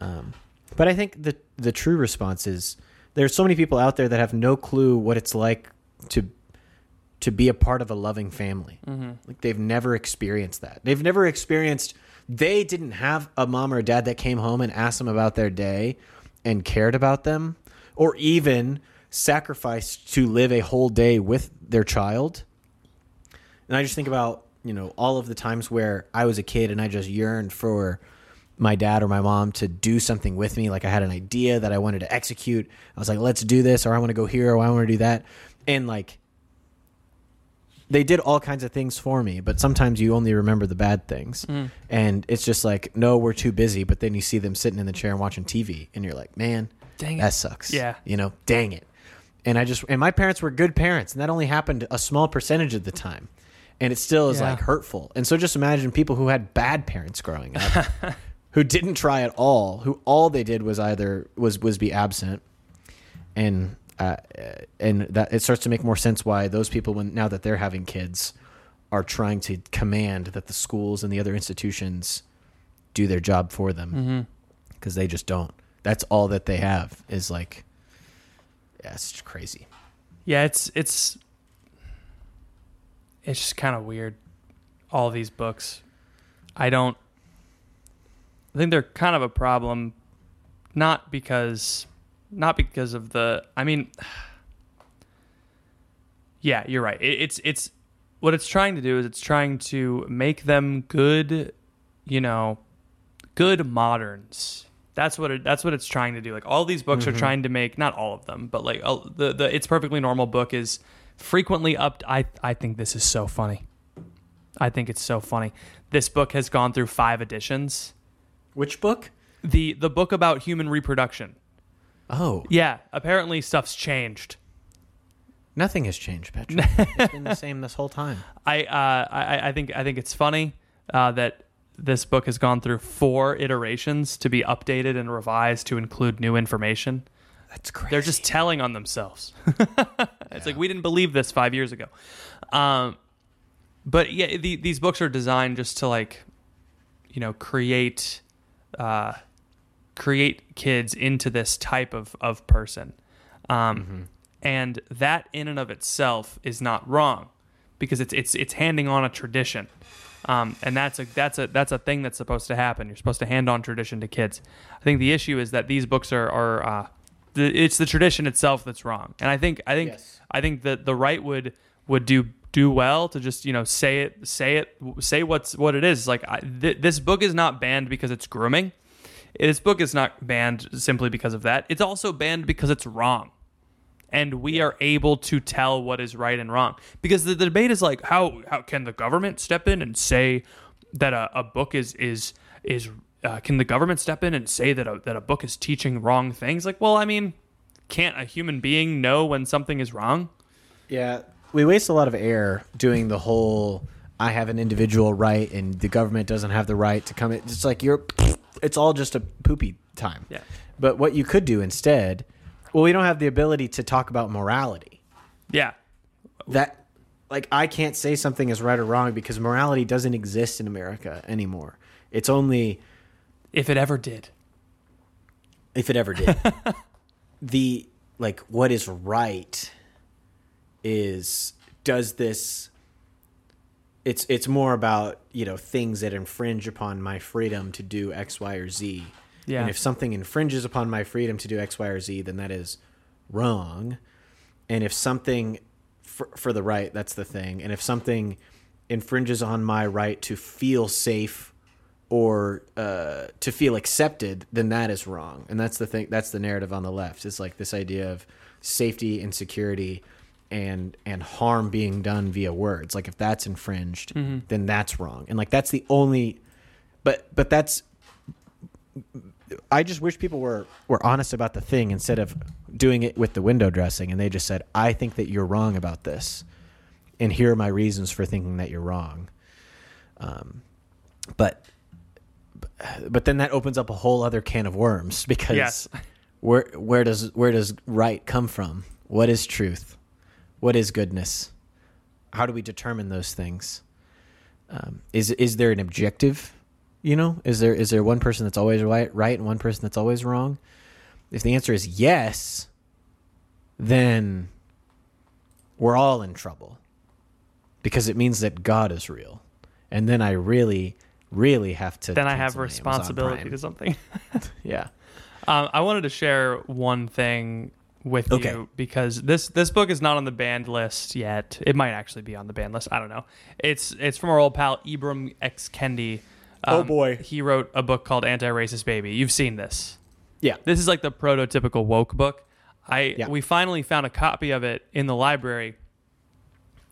[SPEAKER 2] Um, but I think the the true response is there's so many people out there that have no clue what it's like to to be a part of a loving family. Like they've never experienced that. They've never experienced they didn't have a mom or a dad that came home and asked them about their day and cared about them or even sacrificed to live a whole day with their child. And I just think about, you know, all of the times where I was a kid and I just yearned for my dad or my mom to do something with me. Like I had an idea that I wanted to execute. I was like, let's do this, or I want to go here, or I want to do that. And like, they did all kinds of things for me, but sometimes you only remember the bad things.
[SPEAKER 1] Mm.
[SPEAKER 2] And it's just like, no, we're too busy. But then you see them sitting in the chair and watching TV, and you're like, man,
[SPEAKER 1] Dang
[SPEAKER 2] that
[SPEAKER 1] it.
[SPEAKER 2] sucks.
[SPEAKER 1] Yeah.
[SPEAKER 2] You know, dang it. And I just, and my parents were good parents, and that only happened a small percentage of the time. And it still is
[SPEAKER 1] Yeah.
[SPEAKER 2] like hurtful. And so just imagine people who had bad parents growing up, who didn't try at all, who all they did was either, was, was be absent and uh, and that it starts to make more sense why those people when now that they're having kids are trying to command that the schools and the other institutions do their job for them because they just don't that's all that they have is like yeah it's just crazy
[SPEAKER 1] Yeah, it's it's it's just kind of weird. All these books, I don't. I think they're kind of a problem, not because, not because of the. I mean, yeah, you're right. It, it's it's what it's trying to do is it's trying to make them good, you know, good moderns. That's what it, that's what it's trying to do. Like all these
[SPEAKER 2] Mm-hmm.
[SPEAKER 1] books are trying to make not all of them, but like uh, the the it's perfectly normal book is frequently up. I I think this is so funny. I think it's so funny. This book has gone through five editions.
[SPEAKER 2] which book
[SPEAKER 1] the The book about human reproduction.
[SPEAKER 2] oh
[SPEAKER 1] Yeah, apparently stuff's changed.
[SPEAKER 2] nothing has changed patrick it's been the same this whole time
[SPEAKER 1] I uh, I, I think I think it's funny uh, that this book has gone through four iterations to be updated and revised to include new information.
[SPEAKER 2] that's crazy
[SPEAKER 1] They're just telling on themselves. it's like we didn't believe this five years ago. Um, but yeah, the, these books are designed just to like, you know, create, uh, create kids into this type of of person, um, and that in and of itself is not wrong, because it's it's it's handing on a tradition, um, and that's a that's a that's a thing that's supposed to happen. You're supposed to hand on tradition to kids. I think the issue is that these books are are uh, the, it's the tradition itself that's wrong, and I think I think
[SPEAKER 2] Yes.
[SPEAKER 1] I think that the right would would do do well to just you know say it say it say what's what it is like I, th- this book is not banned because it's grooming this book is not banned simply because of that it's also banned because it's wrong and we are able to tell what is right and wrong because the, the debate is like how how can the government step in and say that a, a book is is is uh, can the government step in and say that a, that a book is teaching wrong things like well i mean can't a human being know when something is wrong
[SPEAKER 2] Yeah, we waste a lot of air doing the whole I have an individual right and the government doesn't have the right to come in. It's like you're it's all just a poopy time.
[SPEAKER 1] Yeah.
[SPEAKER 2] But what you could do instead, well we don't have the ability to talk about morality.
[SPEAKER 1] yeah
[SPEAKER 2] That like I can't say something is right or wrong because morality doesn't exist in America anymore. It's only
[SPEAKER 1] if it ever did
[SPEAKER 2] if it ever did. the like what is right is does this it's it's more about, you know, things that infringe upon my freedom to do X, Y, or Z.
[SPEAKER 1] Yeah.
[SPEAKER 2] And if something infringes upon my freedom to do X, Y, or Z, then that is wrong. And if something for, for the right, that's the thing. And if something infringes on my right to feel safe or uh, to feel accepted, then that is wrong. And that's the thing. That's the narrative on the left. It's like this idea of safety and security and and harm being done via words. Like if that's infringed, then that's wrong. And like that's the only. But but that's I just wish people were were honest about the thing instead of doing it with the window dressing and they just said, "I think that you're wrong about this." And here are my reasons for thinking that you're wrong. Um but but then that opens up a whole other can of worms because
[SPEAKER 1] Yes.
[SPEAKER 2] where where does where does right come from? What is truth? What is goodness? How do we determine those things? Um, is is there an objective? You know, is there is there one person that's always right, right, and one person that's always wrong? If the answer is yes, then we're all in trouble because it means that God is real. And then I really, really have to.
[SPEAKER 1] Then I
[SPEAKER 2] cancel
[SPEAKER 1] have
[SPEAKER 2] my Amazon
[SPEAKER 1] responsibility
[SPEAKER 2] Prime.
[SPEAKER 1] to something.
[SPEAKER 2] Yeah.
[SPEAKER 1] Um, I wanted to share one thing with
[SPEAKER 2] Okay.
[SPEAKER 1] you because this this book is not on the banned list yet. It might actually be on the banned list. I don't know. It's it's from our old pal Ibram X Kendi. Um,
[SPEAKER 2] Oh, boy.
[SPEAKER 1] he wrote a book called Anti-Racist Baby. You've seen this.
[SPEAKER 2] Yeah.
[SPEAKER 1] This is like the prototypical woke book. I
[SPEAKER 2] Yeah.
[SPEAKER 1] we finally found a copy of it in the library,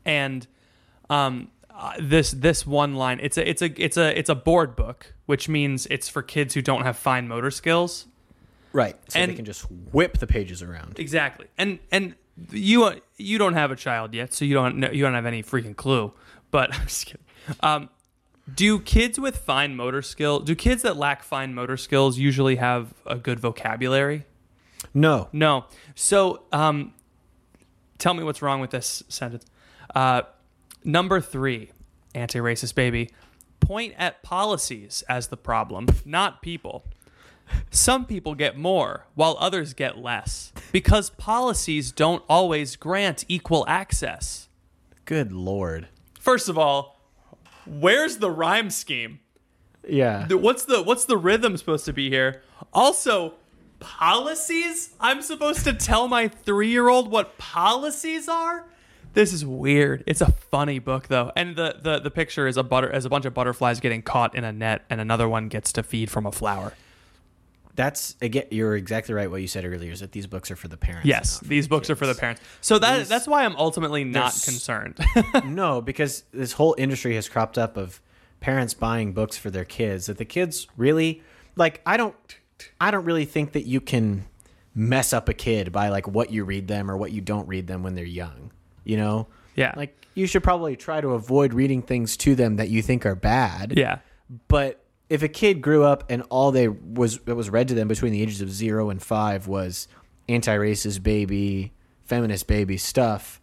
[SPEAKER 1] and um, uh, this this one line it's a it's a it's a it's a board book, which means it's for kids who don't have fine motor skills.
[SPEAKER 2] Right. So they
[SPEAKER 1] And-
[SPEAKER 2] can just whip the pages around.
[SPEAKER 1] Exactly. And and you uh, you don't have a child yet, so you don't know, you don't have any freaking clue. But I'm just kidding. Um, do kids with fine motor skill? Do kids that lack fine motor skills usually have a good vocabulary?
[SPEAKER 2] No.
[SPEAKER 1] No. So, um, tell me what's wrong with this sentence. Uh, number three, anti-racist baby, point at policies as the problem, not people. Some people get more, while others get less, because policies don't always grant equal access.
[SPEAKER 2] Good Lord.
[SPEAKER 1] First of all, where's the rhyme scheme?
[SPEAKER 2] Yeah.
[SPEAKER 1] Th- What's the what's the rhythm supposed to be here? Also, policies? I'm supposed to tell my 3-year-old what policies are? This is weird. It's a funny book though. And the the, the picture is a butter as a bunch of butterflies getting caught in a net and another one gets to feed from a flower.
[SPEAKER 2] That's again you're exactly right what you said earlier is that these books are for the parents.
[SPEAKER 1] Yes,
[SPEAKER 2] not for
[SPEAKER 1] these books are for the
[SPEAKER 2] kids.
[SPEAKER 1] parents. So that that's why I'm ultimately not
[SPEAKER 2] There's-
[SPEAKER 1] concerned.
[SPEAKER 2] No, because this whole industry has cropped up of parents buying books for their kids that the kids really like I don't I don't really think that you can mess up a kid by like what you read them or what you don't read them when they're young, you know?
[SPEAKER 1] Yeah.
[SPEAKER 2] Like you should probably try to avoid reading things to them that you think are bad.
[SPEAKER 1] yeah.
[SPEAKER 2] But if a kid grew up and all they was that was read to them between the ages of zero and five was anti-racist baby, feminist baby stuff,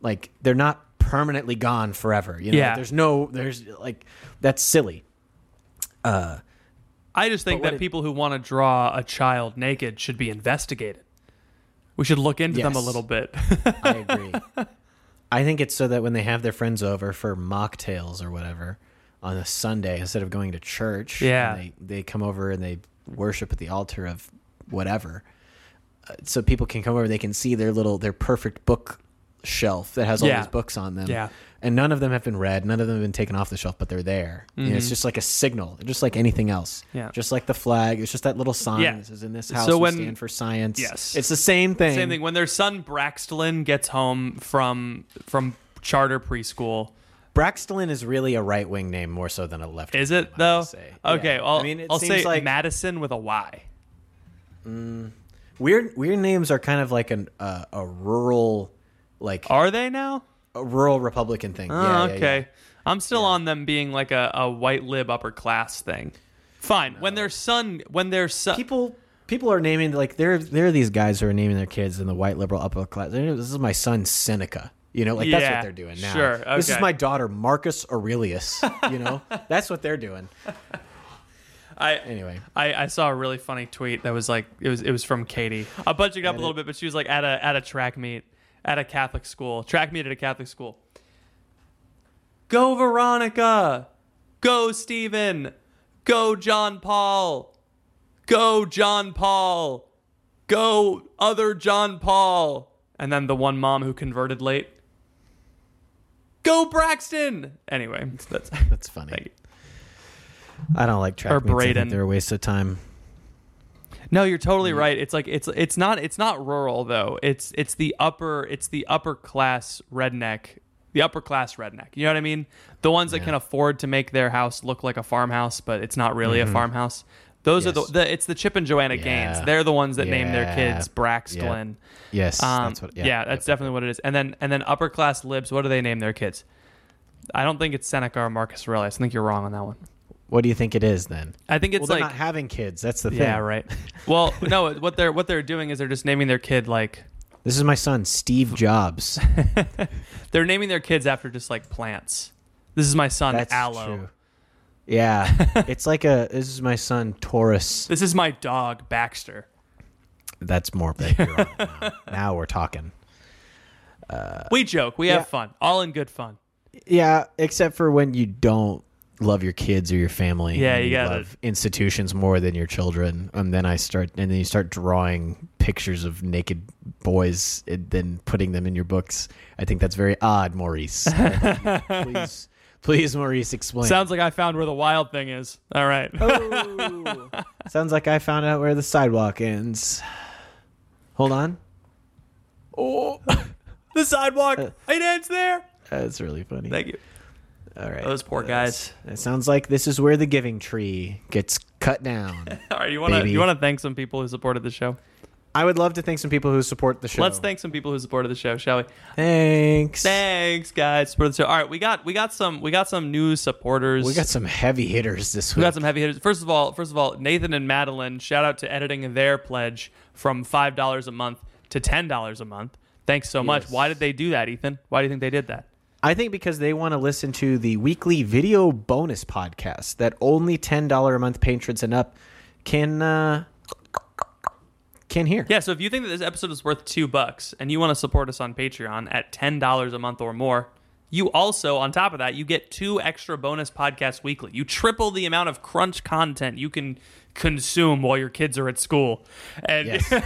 [SPEAKER 2] like they're not permanently gone forever. You know,
[SPEAKER 1] Yeah.
[SPEAKER 2] there's no, there's like that's silly.
[SPEAKER 1] I just think
[SPEAKER 2] what
[SPEAKER 1] that
[SPEAKER 2] it-
[SPEAKER 1] people who want to draw a child naked should be investigated. We should look into them a
[SPEAKER 2] Yes.
[SPEAKER 1] little bit.
[SPEAKER 2] I agree. I think it's so that when they have their friends over for mocktails or whatever on a Sunday instead of going to church, and
[SPEAKER 1] Yeah.
[SPEAKER 2] they they come over and they worship at the altar of whatever. Uh, So people can come over, they can see their little their perfect book shelf that has all
[SPEAKER 1] Yeah.
[SPEAKER 2] these books on them.
[SPEAKER 1] Yeah.
[SPEAKER 2] And none of them have been read, none of them have been taken off the shelf, but they're there. You know, it's just like a signal, just like anything else.
[SPEAKER 1] Mm-hmm. Yeah.
[SPEAKER 2] Just like the flag, it's just that little sign
[SPEAKER 1] Yeah.
[SPEAKER 2] that says in this house
[SPEAKER 1] So
[SPEAKER 2] we
[SPEAKER 1] when-
[SPEAKER 2] stand for science.
[SPEAKER 1] Yes.
[SPEAKER 2] It's the same thing.
[SPEAKER 1] Same thing. When their son Braxton gets home from from charter preschool,
[SPEAKER 2] Braxton is really a right wing name more so than a left.
[SPEAKER 1] is it
[SPEAKER 2] name, I
[SPEAKER 1] though?
[SPEAKER 2] would say.
[SPEAKER 1] Okay,
[SPEAKER 2] Yeah.
[SPEAKER 1] I'll,
[SPEAKER 2] I mean, it
[SPEAKER 1] I'll
[SPEAKER 2] seems
[SPEAKER 1] say
[SPEAKER 2] like
[SPEAKER 1] Madison with a Y.
[SPEAKER 2] weird. Weird names are kind of like an uh, a rural, like
[SPEAKER 1] Are they now?
[SPEAKER 2] a rural Republican thing.
[SPEAKER 1] Oh,
[SPEAKER 2] yeah, yeah, yeah.
[SPEAKER 1] okay. I'm still on them being like a, a white lib upper class thing. Fine. When their son, when their son,
[SPEAKER 2] People people are naming like there there are these guys who are naming their kids in the white liberal upper class. Their name- This is my son Seneca. You know, like that's
[SPEAKER 1] Yeah,
[SPEAKER 2] what they're doing now.
[SPEAKER 1] sure,
[SPEAKER 2] This is
[SPEAKER 1] okay.
[SPEAKER 2] my daughter Marcus Aurelius. You know, that's what they're doing.
[SPEAKER 1] I
[SPEAKER 2] Anyway,
[SPEAKER 1] I, I saw a really funny tweet that was like it was it was from Katie. I'll budge it up a little bit, but she was like at a at a track meet at a Catholic school. Track meet at a Catholic school. Go Veronica. Go Stephen. Go John Paul. Go John Paul. Go other John Paul. And then the one mom who converted late. Go Braxton. Anyway, that's
[SPEAKER 2] that's funny.
[SPEAKER 1] Thank you.
[SPEAKER 2] I don't like track
[SPEAKER 1] Or
[SPEAKER 2] meets. I think
[SPEAKER 1] Braden.
[SPEAKER 2] They're a waste of time.
[SPEAKER 1] No, you're totally
[SPEAKER 2] Mm.
[SPEAKER 1] right. It's like it's it's not it's not rural though. It's it's the upper it's the upper class redneck, the upper class redneck. You know what I mean? The ones that can afford to make their house look like a farmhouse, but it's not really a farmhouse. Those are
[SPEAKER 2] Mm-hmm. Yes.
[SPEAKER 1] the, the it's the Chip and Joanna Gaines.
[SPEAKER 2] Yeah.
[SPEAKER 1] They're the ones that name their
[SPEAKER 2] Yeah.
[SPEAKER 1] kids Braxton.
[SPEAKER 2] Yes,
[SPEAKER 1] Um,
[SPEAKER 2] that's what.
[SPEAKER 1] yeah, that's definitely what it is. And then and then upper class libs. What do they name their kids? I don't think it's Seneca or Marcus Aurelius. I think you're wrong on that one.
[SPEAKER 2] What do you think it is then?
[SPEAKER 1] I think it's
[SPEAKER 2] well, they're
[SPEAKER 1] like
[SPEAKER 2] not having kids. That's the thing.
[SPEAKER 1] Yeah, right. Well, no, what they're what they're doing is they're just naming their kid like
[SPEAKER 2] This is my son, Steve Jobs.
[SPEAKER 1] they're naming their kids after just like plants. This is my son
[SPEAKER 2] That's
[SPEAKER 1] Aloe.
[SPEAKER 2] true. Yeah, it's like a. This is my son, Taurus.
[SPEAKER 1] This is my dog Baxter.
[SPEAKER 2] that's morbid. You're on it now. now we're talking.
[SPEAKER 1] we joke. We
[SPEAKER 2] yeah.
[SPEAKER 1] have fun. All in good fun.
[SPEAKER 2] Yeah, except for when you don't love your kids or your family.
[SPEAKER 1] Yeah,
[SPEAKER 2] and
[SPEAKER 1] you gotta-
[SPEAKER 2] love institutions more than your children, and then I start, and then you start drawing pictures of naked boys, and then putting them in your books. I think that's very odd, Maurice. please, please, Maurice, explain.
[SPEAKER 1] Sounds like I found where the wild thing is. All right.
[SPEAKER 2] Oh. Sounds like I found out where the sidewalk ends. Hold on,
[SPEAKER 1] Oh. the sidewalk.
[SPEAKER 2] Uh.
[SPEAKER 1] it ends there.
[SPEAKER 2] that's really funny.
[SPEAKER 1] Thank you.
[SPEAKER 2] All right,
[SPEAKER 1] Those poor guys.
[SPEAKER 2] It sounds like this is where the giving tree gets cut down.
[SPEAKER 1] All right, you want to
[SPEAKER 2] Baby.
[SPEAKER 1] you want to thank some people who supported the show.
[SPEAKER 2] I would love to thank some people who support the show.
[SPEAKER 1] Let's thank some people who supported the show, shall we?
[SPEAKER 2] Thanks.
[SPEAKER 1] Thanks, guys, for the show. All right, we got we got some we got some new supporters.
[SPEAKER 2] We got some heavy hitters this week.
[SPEAKER 1] We got some heavy hitters. First of all, first of all, Nathan and Madeline, shout out to editing their pledge from five dollars a month to ten dollars a month. Thanks so much. Why did they do that, Ethan? Why do you think they did that?
[SPEAKER 2] I think because they want to listen to the weekly video bonus podcast that only ten dollar a month patrons and up can uh, can hear.
[SPEAKER 1] Yeah, so if you think that this episode is worth two bucks and you want to support us on Patreon at ten dollars a month or more, you also, on top of that, you get two extra bonus podcasts weekly. You triple the amount of crunch content you can consume while your kids are at school, and
[SPEAKER 2] Yes.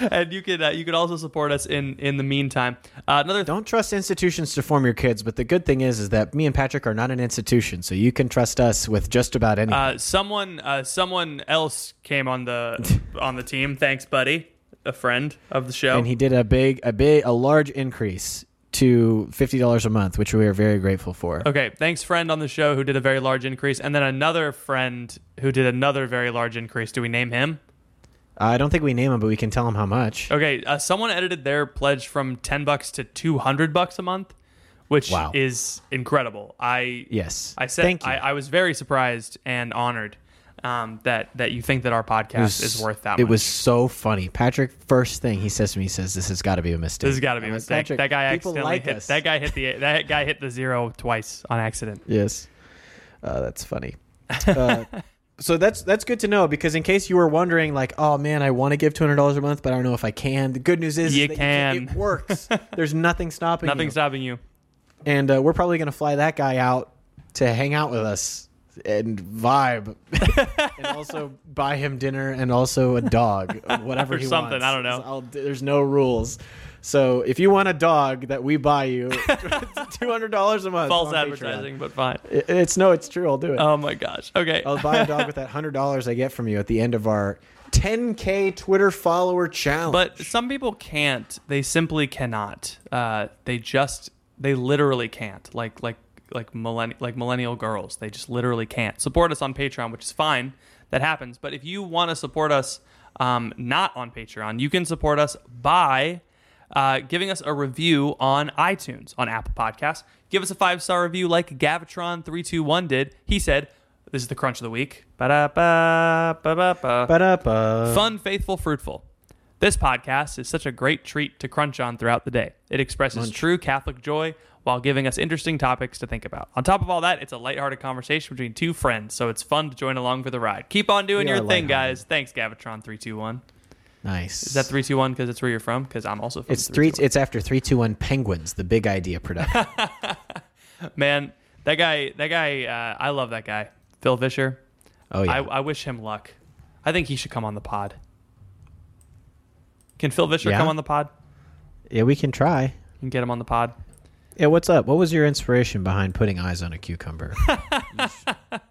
[SPEAKER 1] and you can uh, you can also support us in in the meantime. Uh, another
[SPEAKER 2] Don't trust institutions to form your kids, but the good thing is, is that me and Patrick are not an institution, so you can trust us with just about anything.
[SPEAKER 1] Uh, someone, uh, someone else came on the on the team. Thanks, buddy, a friend of the show.
[SPEAKER 2] and he did a big, a big, a large increase to fifty dollars a month, which we are very grateful for.
[SPEAKER 1] okay, thanks, friend on the show who did a very large increase, and then another friend who did another very large increase. Do we name him?
[SPEAKER 2] I don't think we name him, but we can tell him how much.
[SPEAKER 1] Okay, uh, someone edited their pledge from ten bucks to two hundred bucks a month, which
[SPEAKER 2] Wow.
[SPEAKER 1] is incredible. I
[SPEAKER 2] Yes,
[SPEAKER 1] I said
[SPEAKER 2] Thank you.
[SPEAKER 1] I, I was very surprised and honored um, that that you think that our podcast is worth that.
[SPEAKER 2] It
[SPEAKER 1] much.
[SPEAKER 2] was so funny. Patrick, first thing he says to me, he says, "This has got to be a mistake."
[SPEAKER 1] This has got to be a
[SPEAKER 2] I'm like,
[SPEAKER 1] mistake.
[SPEAKER 2] "Patrick,
[SPEAKER 1] that guy
[SPEAKER 2] people
[SPEAKER 1] accidentally
[SPEAKER 2] like
[SPEAKER 1] hit.
[SPEAKER 2] us."
[SPEAKER 1] That guy hit the. That guy hit the zero twice on accident.
[SPEAKER 2] Yes, uh, that's funny. Uh, so that's that's good to know because in case you were wondering, like, oh man, I want to give two hundred dollars a month, but I don't know if I can. The good news is, is
[SPEAKER 1] You
[SPEAKER 2] that
[SPEAKER 1] can.
[SPEAKER 2] it works. There's nothing stopping.
[SPEAKER 1] Nothing
[SPEAKER 2] you.
[SPEAKER 1] stopping you.
[SPEAKER 2] and uh, we're probably gonna fly that guy out to hang out with us and vibe, and also buy him dinner and also a dog, or whatever
[SPEAKER 1] Or
[SPEAKER 2] he
[SPEAKER 1] something,
[SPEAKER 2] wants.
[SPEAKER 1] I don't know.
[SPEAKER 2] I'll- there's no rules. So if you want a dog that we buy you, two hundred dollars a month.
[SPEAKER 1] False
[SPEAKER 2] on Patreon.
[SPEAKER 1] advertising, but fine.
[SPEAKER 2] It- It's no, it's true. I'll do it.
[SPEAKER 1] Oh my gosh. Okay.
[SPEAKER 2] I'll buy a dog with that hundred dollars I get from you at the end of our 10k Twitter follower challenge.
[SPEAKER 1] But some people can't. They simply cannot. Uh, they just. They literally can't. Like like like millenni- like millennial girls. They just literally can't support us on Patreon, which is fine. That happens. But if you want to support us, um, not on Patreon, you can support us by uh, giving us a review on iTunes, on Apple Podcasts. Give us a five star review like Gavatron321 did. He said, This is the crunch of the week. Ba-da-ba, ba-ba-ba.
[SPEAKER 2] Ba-da-ba.
[SPEAKER 1] Fun, faithful, fruitful. This podcast is such a great treat to crunch on throughout the day. It expresses true Catholic joy while giving us interesting topics to think about. On top of all that, it's a lighthearted conversation between two friends, so it's fun to join along for the ride. Keep on doing
[SPEAKER 2] We
[SPEAKER 1] your
[SPEAKER 2] are
[SPEAKER 1] thing,
[SPEAKER 2] lighthearted.
[SPEAKER 1] guys. Thanks, Gavatron321.
[SPEAKER 2] nice.
[SPEAKER 1] Is that 321 because it's where you're from? Because I'm also from
[SPEAKER 2] It's three. It's after three, two, one. Penguins, the big idea production.
[SPEAKER 1] 321. Man, that guy, that guy, uh, I love that guy. Phil Vischer.
[SPEAKER 2] Oh yeah.
[SPEAKER 1] I, I wish him luck. I think he should come on the pod. Can Phil Vischer
[SPEAKER 2] Yeah?
[SPEAKER 1] come on the pod?
[SPEAKER 2] Yeah, we can try.
[SPEAKER 1] You can get him on the pod.
[SPEAKER 2] Yeah, what's up? What was your inspiration behind putting eyes on a cucumber? you, just,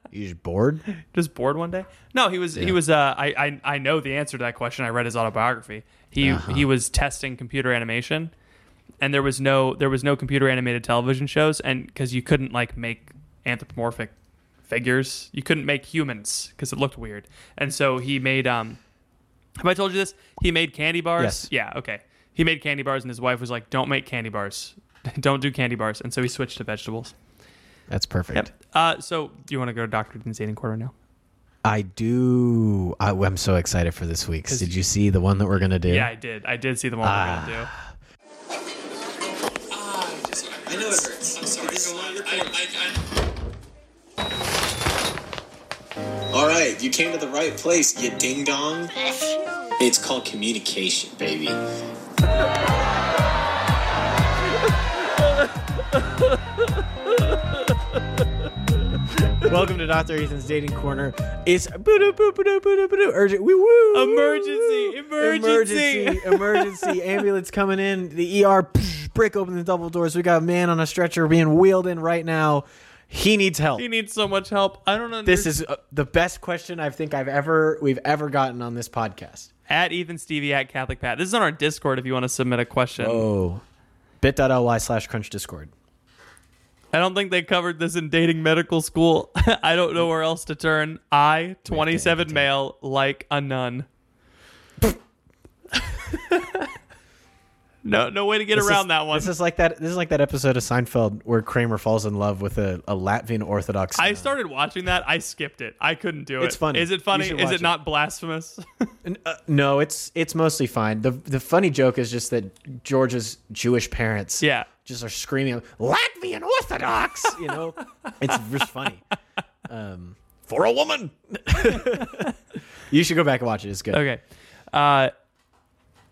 [SPEAKER 2] you just bored?
[SPEAKER 1] just bored one day? No, he was he was. Uh, I, I I know the answer to that question. I read his autobiography. He he was testing computer animation, and there was no there was no computer animated television shows, and because you couldn't like make anthropomorphic figures, you couldn't make humans because it looked weird, and so he made um. Have I told you this? He made candy bars.
[SPEAKER 2] Yes.
[SPEAKER 1] Yeah. Okay. He made candy bars, and his wife was like, "Don't make candy bars. Don't do candy bars." And so he switched to vegetables.
[SPEAKER 2] That's perfect.
[SPEAKER 1] Uh, so do you want to go to Doctor Din's eating corner now?
[SPEAKER 2] I do. I, am so excited for this week's. Did you see the one that we're gonna do?
[SPEAKER 1] Yeah, I did. I did see the one we're gonna do.
[SPEAKER 2] Ah.
[SPEAKER 3] I know it hurts. I'm sorry. All right, you came to the right place, you ding dong. It's called communication, baby.
[SPEAKER 2] Welcome to Dr. Ethan's Dating Corner. It's boo-doo, boo boo boo boo urgent. Wee woo.
[SPEAKER 1] Emergency, emergency.
[SPEAKER 2] Emergency. Emergency. Ambulance coming in. The ER. psh, Brick open the double doors. We got a man on a stretcher being wheeled in right now. He needs help.
[SPEAKER 1] He needs so much help. I don't understand.
[SPEAKER 2] This is uh, the best question I think I've ever we've ever gotten on this podcast.
[SPEAKER 1] at Ethan Stevie at Catholic Pat. This is on our Discord if you want to submit a question.
[SPEAKER 2] Oh. Bit.ly slash crunch discord.
[SPEAKER 1] I don't think they covered this in dating medical school. I don't know where else to turn. I, 27 male, like a nun. no, no way to get
[SPEAKER 2] This
[SPEAKER 1] around
[SPEAKER 2] is-
[SPEAKER 1] that one.
[SPEAKER 2] This is like that. This is like that episode of Seinfeld where Kramer falls in love with a, a Latvian Orthodox.
[SPEAKER 1] I
[SPEAKER 2] nun.
[SPEAKER 1] started watching that. I skipped it. I couldn't do it.
[SPEAKER 2] It's funny.
[SPEAKER 1] Is it
[SPEAKER 2] You
[SPEAKER 1] funny?
[SPEAKER 2] should
[SPEAKER 1] Is
[SPEAKER 2] watch
[SPEAKER 1] it
[SPEAKER 2] it.
[SPEAKER 1] not blasphemous?
[SPEAKER 2] N- uh, no, it's it's mostly fine. the The funny joke is just that George's Jewish parents,
[SPEAKER 1] Yeah.
[SPEAKER 2] just are screaming Latvian Orthodox. You know, it's just funny. Um, for a woman, you should go back and watch it. It's good.
[SPEAKER 1] Okay. Uh,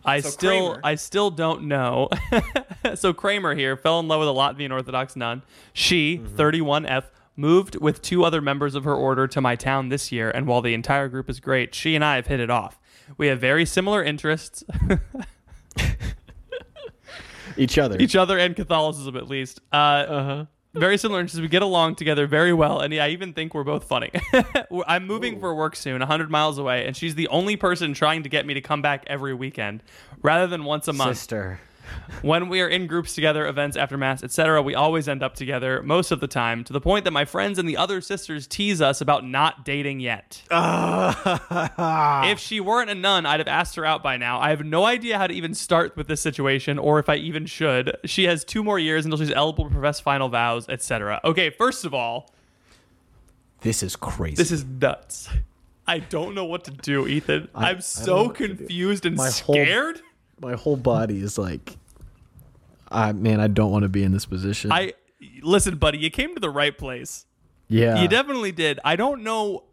[SPEAKER 1] I still
[SPEAKER 2] Kramer-
[SPEAKER 1] I still don't know. so Kramer here fell in love with a Latvian Orthodox nun. She,
[SPEAKER 2] Mm-hmm.
[SPEAKER 1] 31F, moved with two other members of her order to my town this year, and while the entire group is great, she and I have hit it off. We have very similar interests,
[SPEAKER 2] Each other.
[SPEAKER 1] each other and Catholicism at least. Uh, uh-huh. Very similar interests. We get along together very well, and I even think we're both funny. We're- I'm moving for work soon, 100 miles away, and she's the only person trying to get me to come back every weekend rather than once a month.
[SPEAKER 2] sister.
[SPEAKER 1] When we are in groups together, events after mass, etc., we always end up together most of the time, to the point that my friends and the other sisters tease us about not dating yet. if she weren't a nun, I'd have asked her out by now. I have no idea how to even start with this situation or if I even should. She has two more years until she's eligible to profess final vows, etc. Okay, first of all,
[SPEAKER 2] This is crazy.
[SPEAKER 1] this is nuts. I don't know what to do, Ethan. I, am
[SPEAKER 2] know
[SPEAKER 1] so
[SPEAKER 2] what to do.
[SPEAKER 1] confused and
[SPEAKER 2] My whole-
[SPEAKER 1] scared.
[SPEAKER 2] my whole body is like, I man, I don't want to be in this position.
[SPEAKER 1] I listen, buddy, you came to the right place.
[SPEAKER 2] yeah,
[SPEAKER 1] You definitely did. I don't know.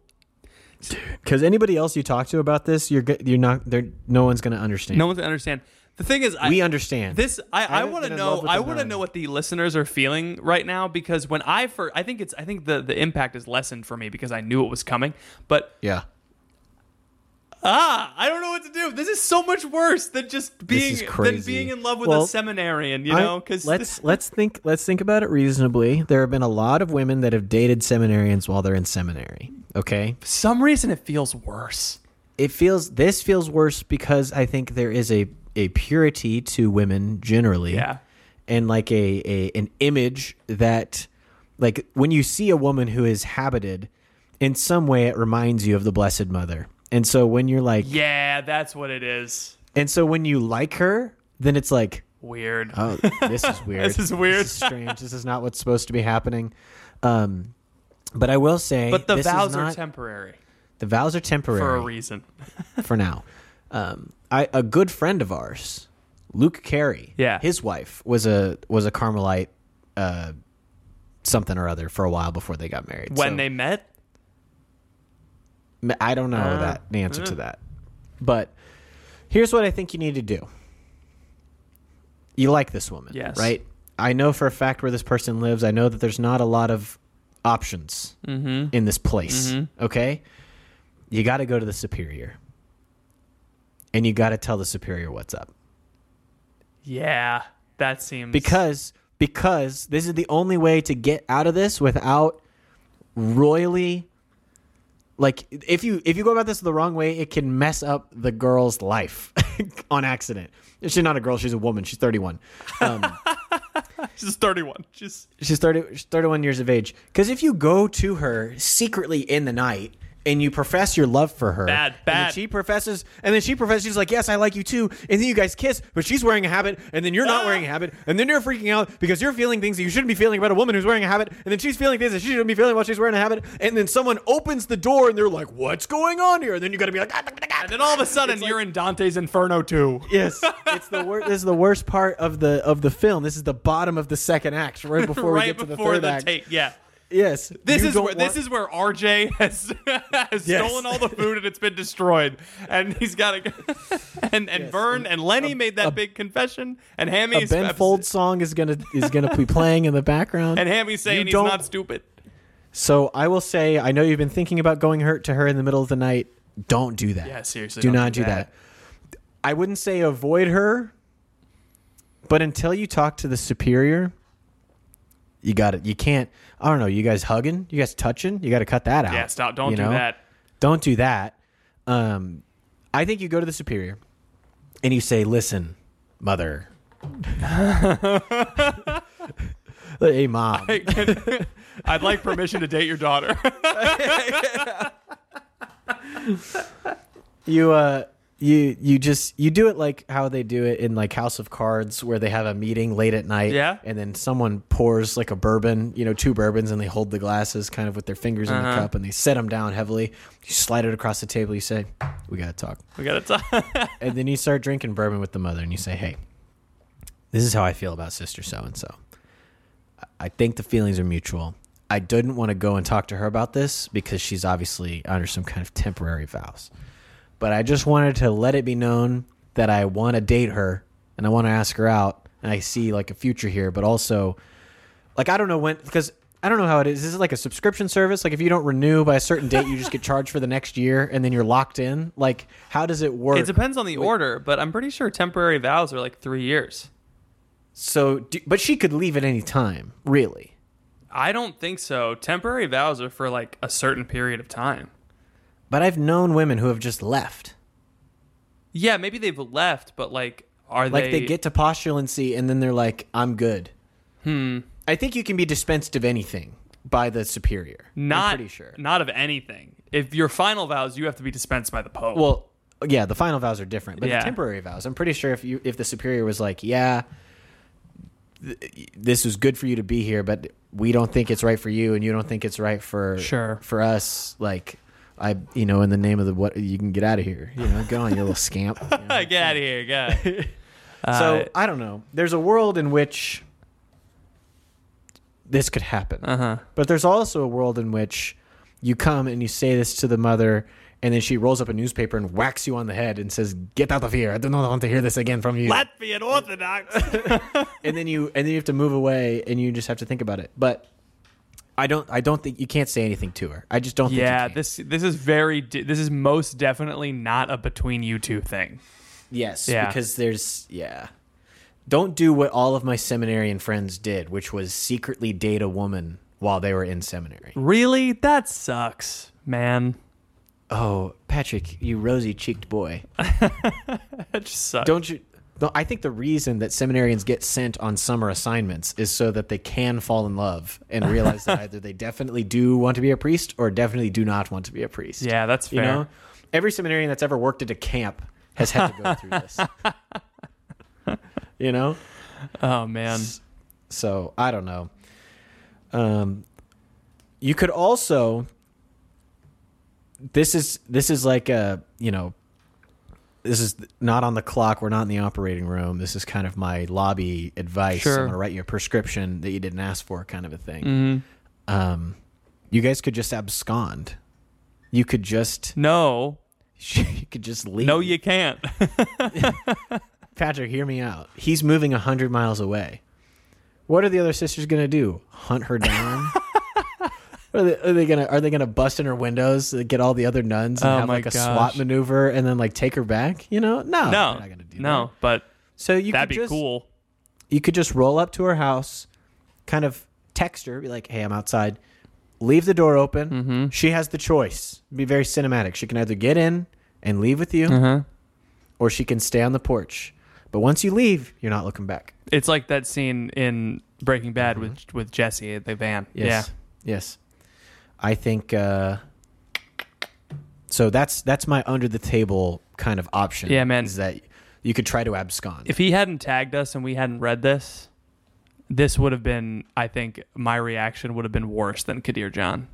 [SPEAKER 2] Because anybody else you talk to about this, you're g- you're not there. No one's gonna understand.
[SPEAKER 1] No one's gonna understand. The thing is, I,
[SPEAKER 2] we understand
[SPEAKER 1] this. I, I
[SPEAKER 2] haven't
[SPEAKER 1] want
[SPEAKER 2] been
[SPEAKER 1] to
[SPEAKER 2] in
[SPEAKER 1] know.
[SPEAKER 2] love with
[SPEAKER 1] I
[SPEAKER 2] a
[SPEAKER 1] want to
[SPEAKER 2] nun.
[SPEAKER 1] know what the listeners are feeling right now because when I first, I think it's. I think the the impact is lessened for me because I knew it was coming. But
[SPEAKER 2] Yeah,
[SPEAKER 1] ah, I don't know what to do. This is so much worse than just being
[SPEAKER 2] is
[SPEAKER 1] than
[SPEAKER 2] crazy.
[SPEAKER 1] being in love with a
[SPEAKER 2] Well,
[SPEAKER 1] seminarian. You
[SPEAKER 2] I-
[SPEAKER 1] know, because
[SPEAKER 2] let's let's think let's think about it reasonably. There have been a lot of women that have dated seminarians while they're in seminary. Okay,
[SPEAKER 1] for some reason it feels worse.
[SPEAKER 2] it feels this feels worse because I think there is a a purity to women generally.
[SPEAKER 1] Yeah.
[SPEAKER 2] and like a, a an image that like when you see a woman who is habited in some way, it reminds you of the Blessed Mother. And so when you're like,
[SPEAKER 1] Yeah, that's what it is.
[SPEAKER 2] And so when you like her, then it's like,
[SPEAKER 1] Weird.
[SPEAKER 2] oh, this is weird.
[SPEAKER 1] This is weird.
[SPEAKER 2] This is strange. this is not what's supposed to be happening. Um, but I will say,
[SPEAKER 1] but the
[SPEAKER 2] this is
[SPEAKER 1] vows are
[SPEAKER 2] not-
[SPEAKER 1] temporary
[SPEAKER 2] the vows are temporary
[SPEAKER 1] for a reason.
[SPEAKER 2] for now. Um, I a good friend of ours, Luke Carey.
[SPEAKER 1] Yeah.
[SPEAKER 2] his wife was a was a Carmelite, uh, something or other for a while before they got married.
[SPEAKER 1] When
[SPEAKER 2] So-
[SPEAKER 1] they met,
[SPEAKER 2] I don't know that the answer to that. But here's what I think you need to do. You like this woman,
[SPEAKER 1] Yes.
[SPEAKER 2] right? I know for a fact where this person lives. I know that there's not a lot of options in this place. Okay, you got to go to the superior, and you got to tell the superior what's up
[SPEAKER 1] yeah, that seems
[SPEAKER 2] because because this is the only way to get out of this without royally like if you if you go about this the wrong way it can mess up the girl's life on accident she's not a girl she's a woman she's 31
[SPEAKER 1] she's thirty-one. She's
[SPEAKER 2] she's 30 she's 31 years of age because if you go to her secretly in the night and you profess your love for her
[SPEAKER 1] Bad,
[SPEAKER 2] and
[SPEAKER 1] bad.
[SPEAKER 2] then she professes and then she professes she's like yes i like you too and then you guys kiss but she's wearing a habit and then you're
[SPEAKER 1] Ah.
[SPEAKER 2] not wearing a habit and then you're freaking out because you're feeling things that you shouldn't be feeling about a woman who's wearing a habit and then she's feeling things that she shouldn't be feeling while she's wearing a habit and then someone opens the door and they're like what's going on here and then you gotta be like "Ah,
[SPEAKER 1] And then all of a sudden, you're in Dante's Inferno too.
[SPEAKER 2] Yes, it's the wor- this is the worst part of the of the film. This is the bottom of the second act, right before we
[SPEAKER 1] right
[SPEAKER 2] get to the
[SPEAKER 1] before
[SPEAKER 2] third
[SPEAKER 1] the
[SPEAKER 2] act.
[SPEAKER 1] take, yeah.
[SPEAKER 2] yes.
[SPEAKER 1] This
[SPEAKER 2] you
[SPEAKER 1] is
[SPEAKER 2] don't
[SPEAKER 1] where this
[SPEAKER 2] want-
[SPEAKER 1] is where RJ has, has
[SPEAKER 2] Yes.
[SPEAKER 1] stolen all the food and it's been destroyed, and he's got to. And and Vern and Lenny made that big confession, and
[SPEAKER 2] a
[SPEAKER 1] Hammy's
[SPEAKER 2] Ben Folds song is gonna is gonna be playing in the background.
[SPEAKER 1] and Hammy's saying he's
[SPEAKER 2] don't-
[SPEAKER 1] not stupid.
[SPEAKER 2] so I will say, I know you've been thinking about going hurt to her in the middle of the night. Don't do that.
[SPEAKER 1] Yeah, seriously,
[SPEAKER 2] Do
[SPEAKER 1] don't
[SPEAKER 2] not
[SPEAKER 1] do
[SPEAKER 2] do that.
[SPEAKER 1] that.
[SPEAKER 2] I wouldn't say avoid her, but until you talk to the superior, you got it. You can't. I don't know. You guys hugging? You guys touching? You got to cut that out.
[SPEAKER 1] Yeah, stop! Don't
[SPEAKER 2] you
[SPEAKER 1] do
[SPEAKER 2] know?
[SPEAKER 1] that.
[SPEAKER 2] Don't do that. Um, I think you go to the superior and you say, "Listen, mother." hey, mom.
[SPEAKER 1] I'd like permission to date your daughter.
[SPEAKER 2] you uh you you just you do it like how they do it in like House of Cards where they have a meeting late at night
[SPEAKER 1] Yeah.
[SPEAKER 2] and then someone pours like a bourbon, you know, two bourbons and they hold the glasses kind of with their fingers in the cup and they set them down heavily. You slide it across the table, you say, "We got to talk."
[SPEAKER 1] we gotta talk.
[SPEAKER 2] And then you start drinking bourbon with the mother and you say, Hey, this is how I feel about sister so and so. I think the feelings are mutual. I didn't want to go and talk to her about this because she's obviously under some kind of temporary vows. But I just wanted to let it be known that I want to date her and I want to ask her out and I see like a future here, but also like I don't know when because I don't know how it is. Is it like a subscription service? Like if you don't renew by a certain date, you just get charged for the next year and then you're locked in? Like how does it work?
[SPEAKER 1] It depends on the order, but I'm pretty sure temporary vows are like three years.
[SPEAKER 2] So, do, but she could leave at any time, really.
[SPEAKER 1] I don't think so. Temporary vows are for like a certain period of time.
[SPEAKER 2] But I've known women who have just left.
[SPEAKER 1] Yeah, maybe they've left, but like, are
[SPEAKER 2] Like they, get to postulancy and then they're like, "I'm good." Hmm. I think you can be dispensed of anything by the superior.
[SPEAKER 1] not
[SPEAKER 2] I'm pretty sure.
[SPEAKER 1] not of anything? If your final vows, you have to be dispensed by the pope.
[SPEAKER 2] Well, yeah, the final vows are different, but
[SPEAKER 1] Yeah.
[SPEAKER 2] the temporary vows. I'm pretty sure if you if the superior was like, "Yeah, th- this was good for you to be here, but we don't think it's right for you, and you don't think it's right for
[SPEAKER 1] Sure.
[SPEAKER 2] for us," like. I, you know, in the name of the what, you can get out of here. You know, go on, you little scamp. you know?
[SPEAKER 1] get out of here, guy.
[SPEAKER 2] So
[SPEAKER 1] Uh,
[SPEAKER 2] I don't know. There's a world in which this could happen,
[SPEAKER 1] uh-huh.
[SPEAKER 2] but there's also a world in which you come and you say this to the mother, and then she rolls up a newspaper and whacks you on the head and says, "Get out of here! I do not want to hear this again from you."
[SPEAKER 1] Latvian Orthodox.
[SPEAKER 2] And then you and then you have to move away, and you just have to think about it. But I don't. I don't think you can't say anything to her. I just don't. think you
[SPEAKER 1] yeah,
[SPEAKER 2] can.
[SPEAKER 1] this this is very di- this is most definitely not a between you two thing.
[SPEAKER 2] Yes,
[SPEAKER 1] Yeah.
[SPEAKER 2] because there's yeah. Don't do what all of my seminarian friends did, which was secretly date a woman while they were in seminary.
[SPEAKER 1] Really, that sucks, man.
[SPEAKER 2] Oh, Patrick, you rosy-cheeked boy.
[SPEAKER 1] That just sucks.
[SPEAKER 2] Don't you no, I think the reason that seminarians get sent on summer assignments is so that they can fall in love and realize that either they definitely do want to be a priest or definitely do not want to be a priest.
[SPEAKER 1] yeah, that's fair.
[SPEAKER 2] You know, every seminarian that's ever worked at a camp has had to go through this. you know?
[SPEAKER 1] Oh man.
[SPEAKER 2] So I don't know. Um, you could also. This is this is like a you know. This is not on the clock. We're not in the operating room. This is kind of my lobby advice.
[SPEAKER 1] Sure.
[SPEAKER 2] I'm going to write you a prescription that you didn't ask for, kind of a thing.
[SPEAKER 1] Mm-hmm.
[SPEAKER 2] Um, you guys could just abscond. You could just
[SPEAKER 1] No,
[SPEAKER 2] you could just leave.
[SPEAKER 1] no, you can't.
[SPEAKER 2] Patrick, hear me out. He's moving 100 miles away. What are the other sisters going to do? Hunt her down? Are they, are they gonna are they gonna bust in her windows, uh, get all the other nuns, and
[SPEAKER 1] Oh
[SPEAKER 2] have
[SPEAKER 1] my
[SPEAKER 2] like a
[SPEAKER 1] gosh.
[SPEAKER 2] SWAT maneuver, and then like take her back? You know,
[SPEAKER 1] no,
[SPEAKER 2] no, they're Oh, not gonna do
[SPEAKER 1] no,
[SPEAKER 2] that.
[SPEAKER 1] but
[SPEAKER 2] So you
[SPEAKER 1] that'd be
[SPEAKER 2] could just,
[SPEAKER 1] cool.
[SPEAKER 2] You could just roll up to her house, kind of text her, be like, "Hey, I'm outside. Leave the door open."
[SPEAKER 1] Mm-hmm.
[SPEAKER 2] She has the choice. Be very cinematic. She can either get in and leave with you,
[SPEAKER 1] Uh-huh.
[SPEAKER 2] or she can stay on the porch. But once you leave, you're not looking back.
[SPEAKER 1] It's like that scene in Breaking Bad with with Jesse at the van.
[SPEAKER 2] Mm-hmm. Yes. Yes. I think uh so that's that's my under the table kind of option.
[SPEAKER 1] Yeah, man.
[SPEAKER 2] Is that you could try to abscond.
[SPEAKER 1] Yeah. If he hadn't tagged us and we hadn't read this, this would have been. I think my reaction would have been worse than Kadir John.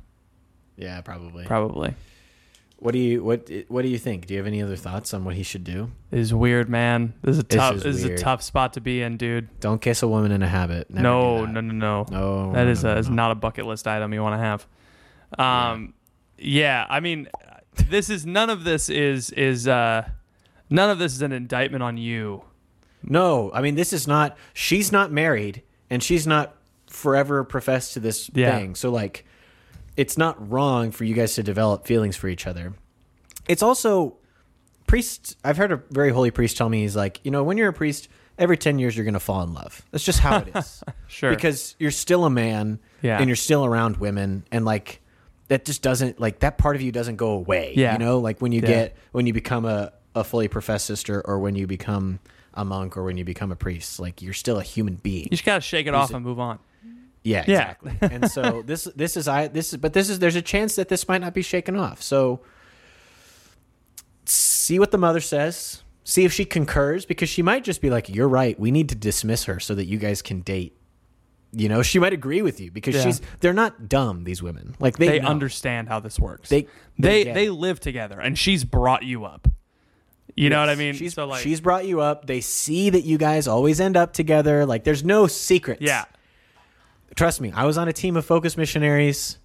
[SPEAKER 2] yeah, probably.
[SPEAKER 1] Probably.
[SPEAKER 2] What do you what What do you think? Do you have any other thoughts on what he should do?
[SPEAKER 1] This is weird, man. This is a tough.
[SPEAKER 2] is
[SPEAKER 1] This is, a
[SPEAKER 2] weird.
[SPEAKER 1] tough spot to be in, dude.
[SPEAKER 2] Don't kiss a woman in a habit. Never
[SPEAKER 1] No,
[SPEAKER 2] do
[SPEAKER 1] no,
[SPEAKER 2] that.
[SPEAKER 1] no, no,
[SPEAKER 2] No,
[SPEAKER 1] That
[SPEAKER 2] no,
[SPEAKER 1] is
[SPEAKER 2] no,
[SPEAKER 1] a, is not a bucket list item you want to have. Um, yeah. I mean, this is none of this is is uh, none of this is an indictment on you.
[SPEAKER 2] no. I mean, this is not. She's not married, and she's not forever professed to this
[SPEAKER 1] Yeah.
[SPEAKER 2] thing. So like, it's not wrong for you guys to develop feelings for each other. It's also priests. I've heard a very holy priest tell me he's like, you know, when you're a priest, every ten years you're gonna fall in love. That's just how it is.
[SPEAKER 1] Sure.
[SPEAKER 2] because you're still a man
[SPEAKER 1] Yeah.
[SPEAKER 2] and you're still around women and like that just doesn't like that part of you doesn't go away
[SPEAKER 1] Yeah.
[SPEAKER 2] you know like when you
[SPEAKER 1] Yeah.
[SPEAKER 2] get when you become a, a fully professed sister or when you become a monk or when you become a priest like you're still a human being
[SPEAKER 1] you just gotta shake it off and move on.
[SPEAKER 2] yeah
[SPEAKER 1] Yeah.
[SPEAKER 2] exactly and so this this is i this is but this is there's a chance that this might not be shaken off so see what the mother says see if she concurs because she might just be like you're right we need to dismiss her so that you guys can date you know she might agree with you because
[SPEAKER 1] Yeah.
[SPEAKER 2] she's they're not dumb these women like they,
[SPEAKER 1] They
[SPEAKER 2] know.
[SPEAKER 1] understand how this works.
[SPEAKER 2] They-
[SPEAKER 1] they they,
[SPEAKER 2] they get it.
[SPEAKER 1] live together, and she's brought you up. You know what I mean?
[SPEAKER 2] she's
[SPEAKER 1] so like,
[SPEAKER 2] she's brought you up they see that you guys always end up together like there's no secrets
[SPEAKER 1] yeah,
[SPEAKER 2] trust me i was on a team of focus missionaries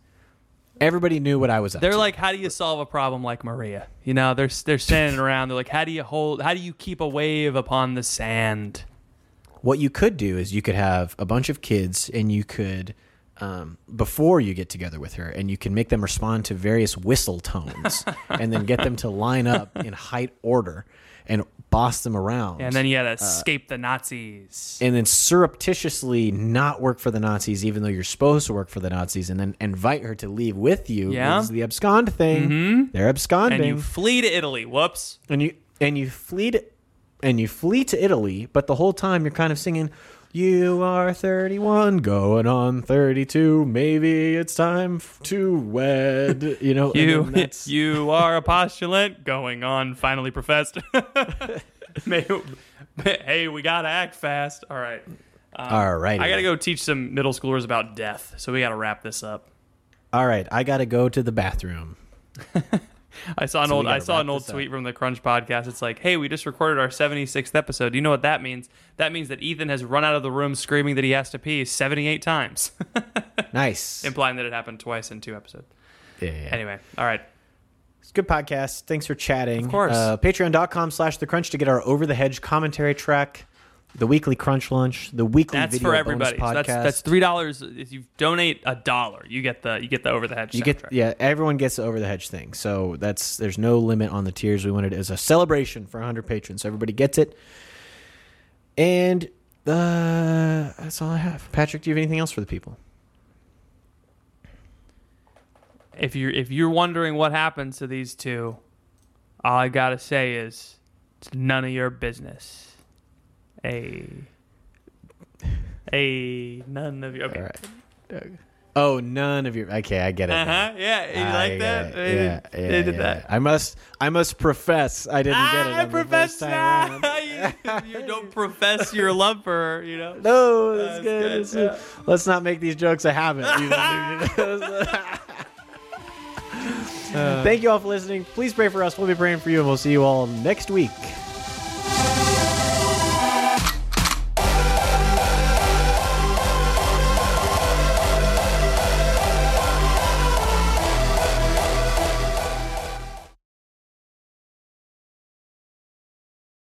[SPEAKER 2] everybody knew what i was up
[SPEAKER 1] They're
[SPEAKER 2] to.
[SPEAKER 1] like, how do you solve a problem like Maria? You know, they're they're standing around. They're like, how do you hold? How do you keep a wave upon the sand?
[SPEAKER 2] what you could do is you could have a bunch of kids and you could um, before you get together with her and you can make them respond to various whistle tones and then get them to line up in height order and boss them around
[SPEAKER 1] And then you gotta escape the Nazis.
[SPEAKER 2] and then surreptitiously not work for the Nazis, even though you're supposed to work for the Nazis, and then invite her to leave with you.
[SPEAKER 1] Yeah. Mm-hmm.
[SPEAKER 2] This is the abscond thing. They're absconding,
[SPEAKER 1] And you flee to Italy. Whoops.
[SPEAKER 2] and you and you flee to and you flee to Italy, but the whole time you're kind of singing, "You are 31, going on 32. Maybe it's time f- to wed." You know, and
[SPEAKER 1] You
[SPEAKER 2] then that's-
[SPEAKER 1] you are a postulant going on finally professed. May- hey, we gotta act fast. All right.
[SPEAKER 2] all right.
[SPEAKER 1] Uh, I gotta go teach some middle schoolers about death, so we gotta wrap this up.
[SPEAKER 2] All right, I gotta go to the bathroom.
[SPEAKER 1] I saw an
[SPEAKER 2] we
[SPEAKER 1] old I
[SPEAKER 2] gotta
[SPEAKER 1] saw
[SPEAKER 2] wrap
[SPEAKER 1] an old
[SPEAKER 2] this up.
[SPEAKER 1] tweet from the Crunch podcast. It's like, hey, we just recorded our seventy sixth episode. Do you know what that means? That means that Ethan has run out of the room screaming that he has to pee seventy eight times,
[SPEAKER 2] Nice.
[SPEAKER 1] implying that it happened twice in two episodes.
[SPEAKER 2] Yeah, yeah, yeah.
[SPEAKER 1] Anyway, all right,
[SPEAKER 2] It's a good podcast. Thanks for chatting. Of
[SPEAKER 1] course.
[SPEAKER 2] Uh, Patreon.com slash The Crunch to get our Over the Hedge commentary track, the weekly Crunch Lunch, the weekly
[SPEAKER 1] that's
[SPEAKER 2] video
[SPEAKER 1] for
[SPEAKER 2] bonus
[SPEAKER 1] everybody. So
[SPEAKER 2] podcast.
[SPEAKER 1] that's that's three dollars. If you donate a dollar, you get the you get the over the head.
[SPEAKER 2] you get yeah, everyone gets the over the hedge thing. So that's there's no limit on the tiers. We wanted it as a celebration for 100 patrons, so everybody gets it. And uh, that's all I have. Patrick, do you have anything else for the people?
[SPEAKER 1] If you're if you're wondering what happened to these two, all I gotta say is it's none of your business. A a none of your okay.
[SPEAKER 2] All right. Oh, none of your. Okay, I get it. now.
[SPEAKER 1] Uh-huh. Yeah, you
[SPEAKER 2] I
[SPEAKER 1] like
[SPEAKER 2] get
[SPEAKER 1] that?
[SPEAKER 2] it.
[SPEAKER 1] They
[SPEAKER 2] Ah, Yeah,
[SPEAKER 1] did,
[SPEAKER 2] yeah,
[SPEAKER 1] they did
[SPEAKER 2] yeah.
[SPEAKER 1] that. Ah,
[SPEAKER 2] I must, I must profess, I didn't get it.
[SPEAKER 1] I
[SPEAKER 2] on the first
[SPEAKER 1] profess
[SPEAKER 2] time around.
[SPEAKER 1] now. you, you don't profess your love for her, you know.
[SPEAKER 2] No, that's,
[SPEAKER 1] That's
[SPEAKER 2] good.
[SPEAKER 1] good,
[SPEAKER 2] that's good. Let's not make these jokes a habit. you know. Uh. Thank you all for listening. Please pray for us. We'll be praying for you, and we'll see you all next week.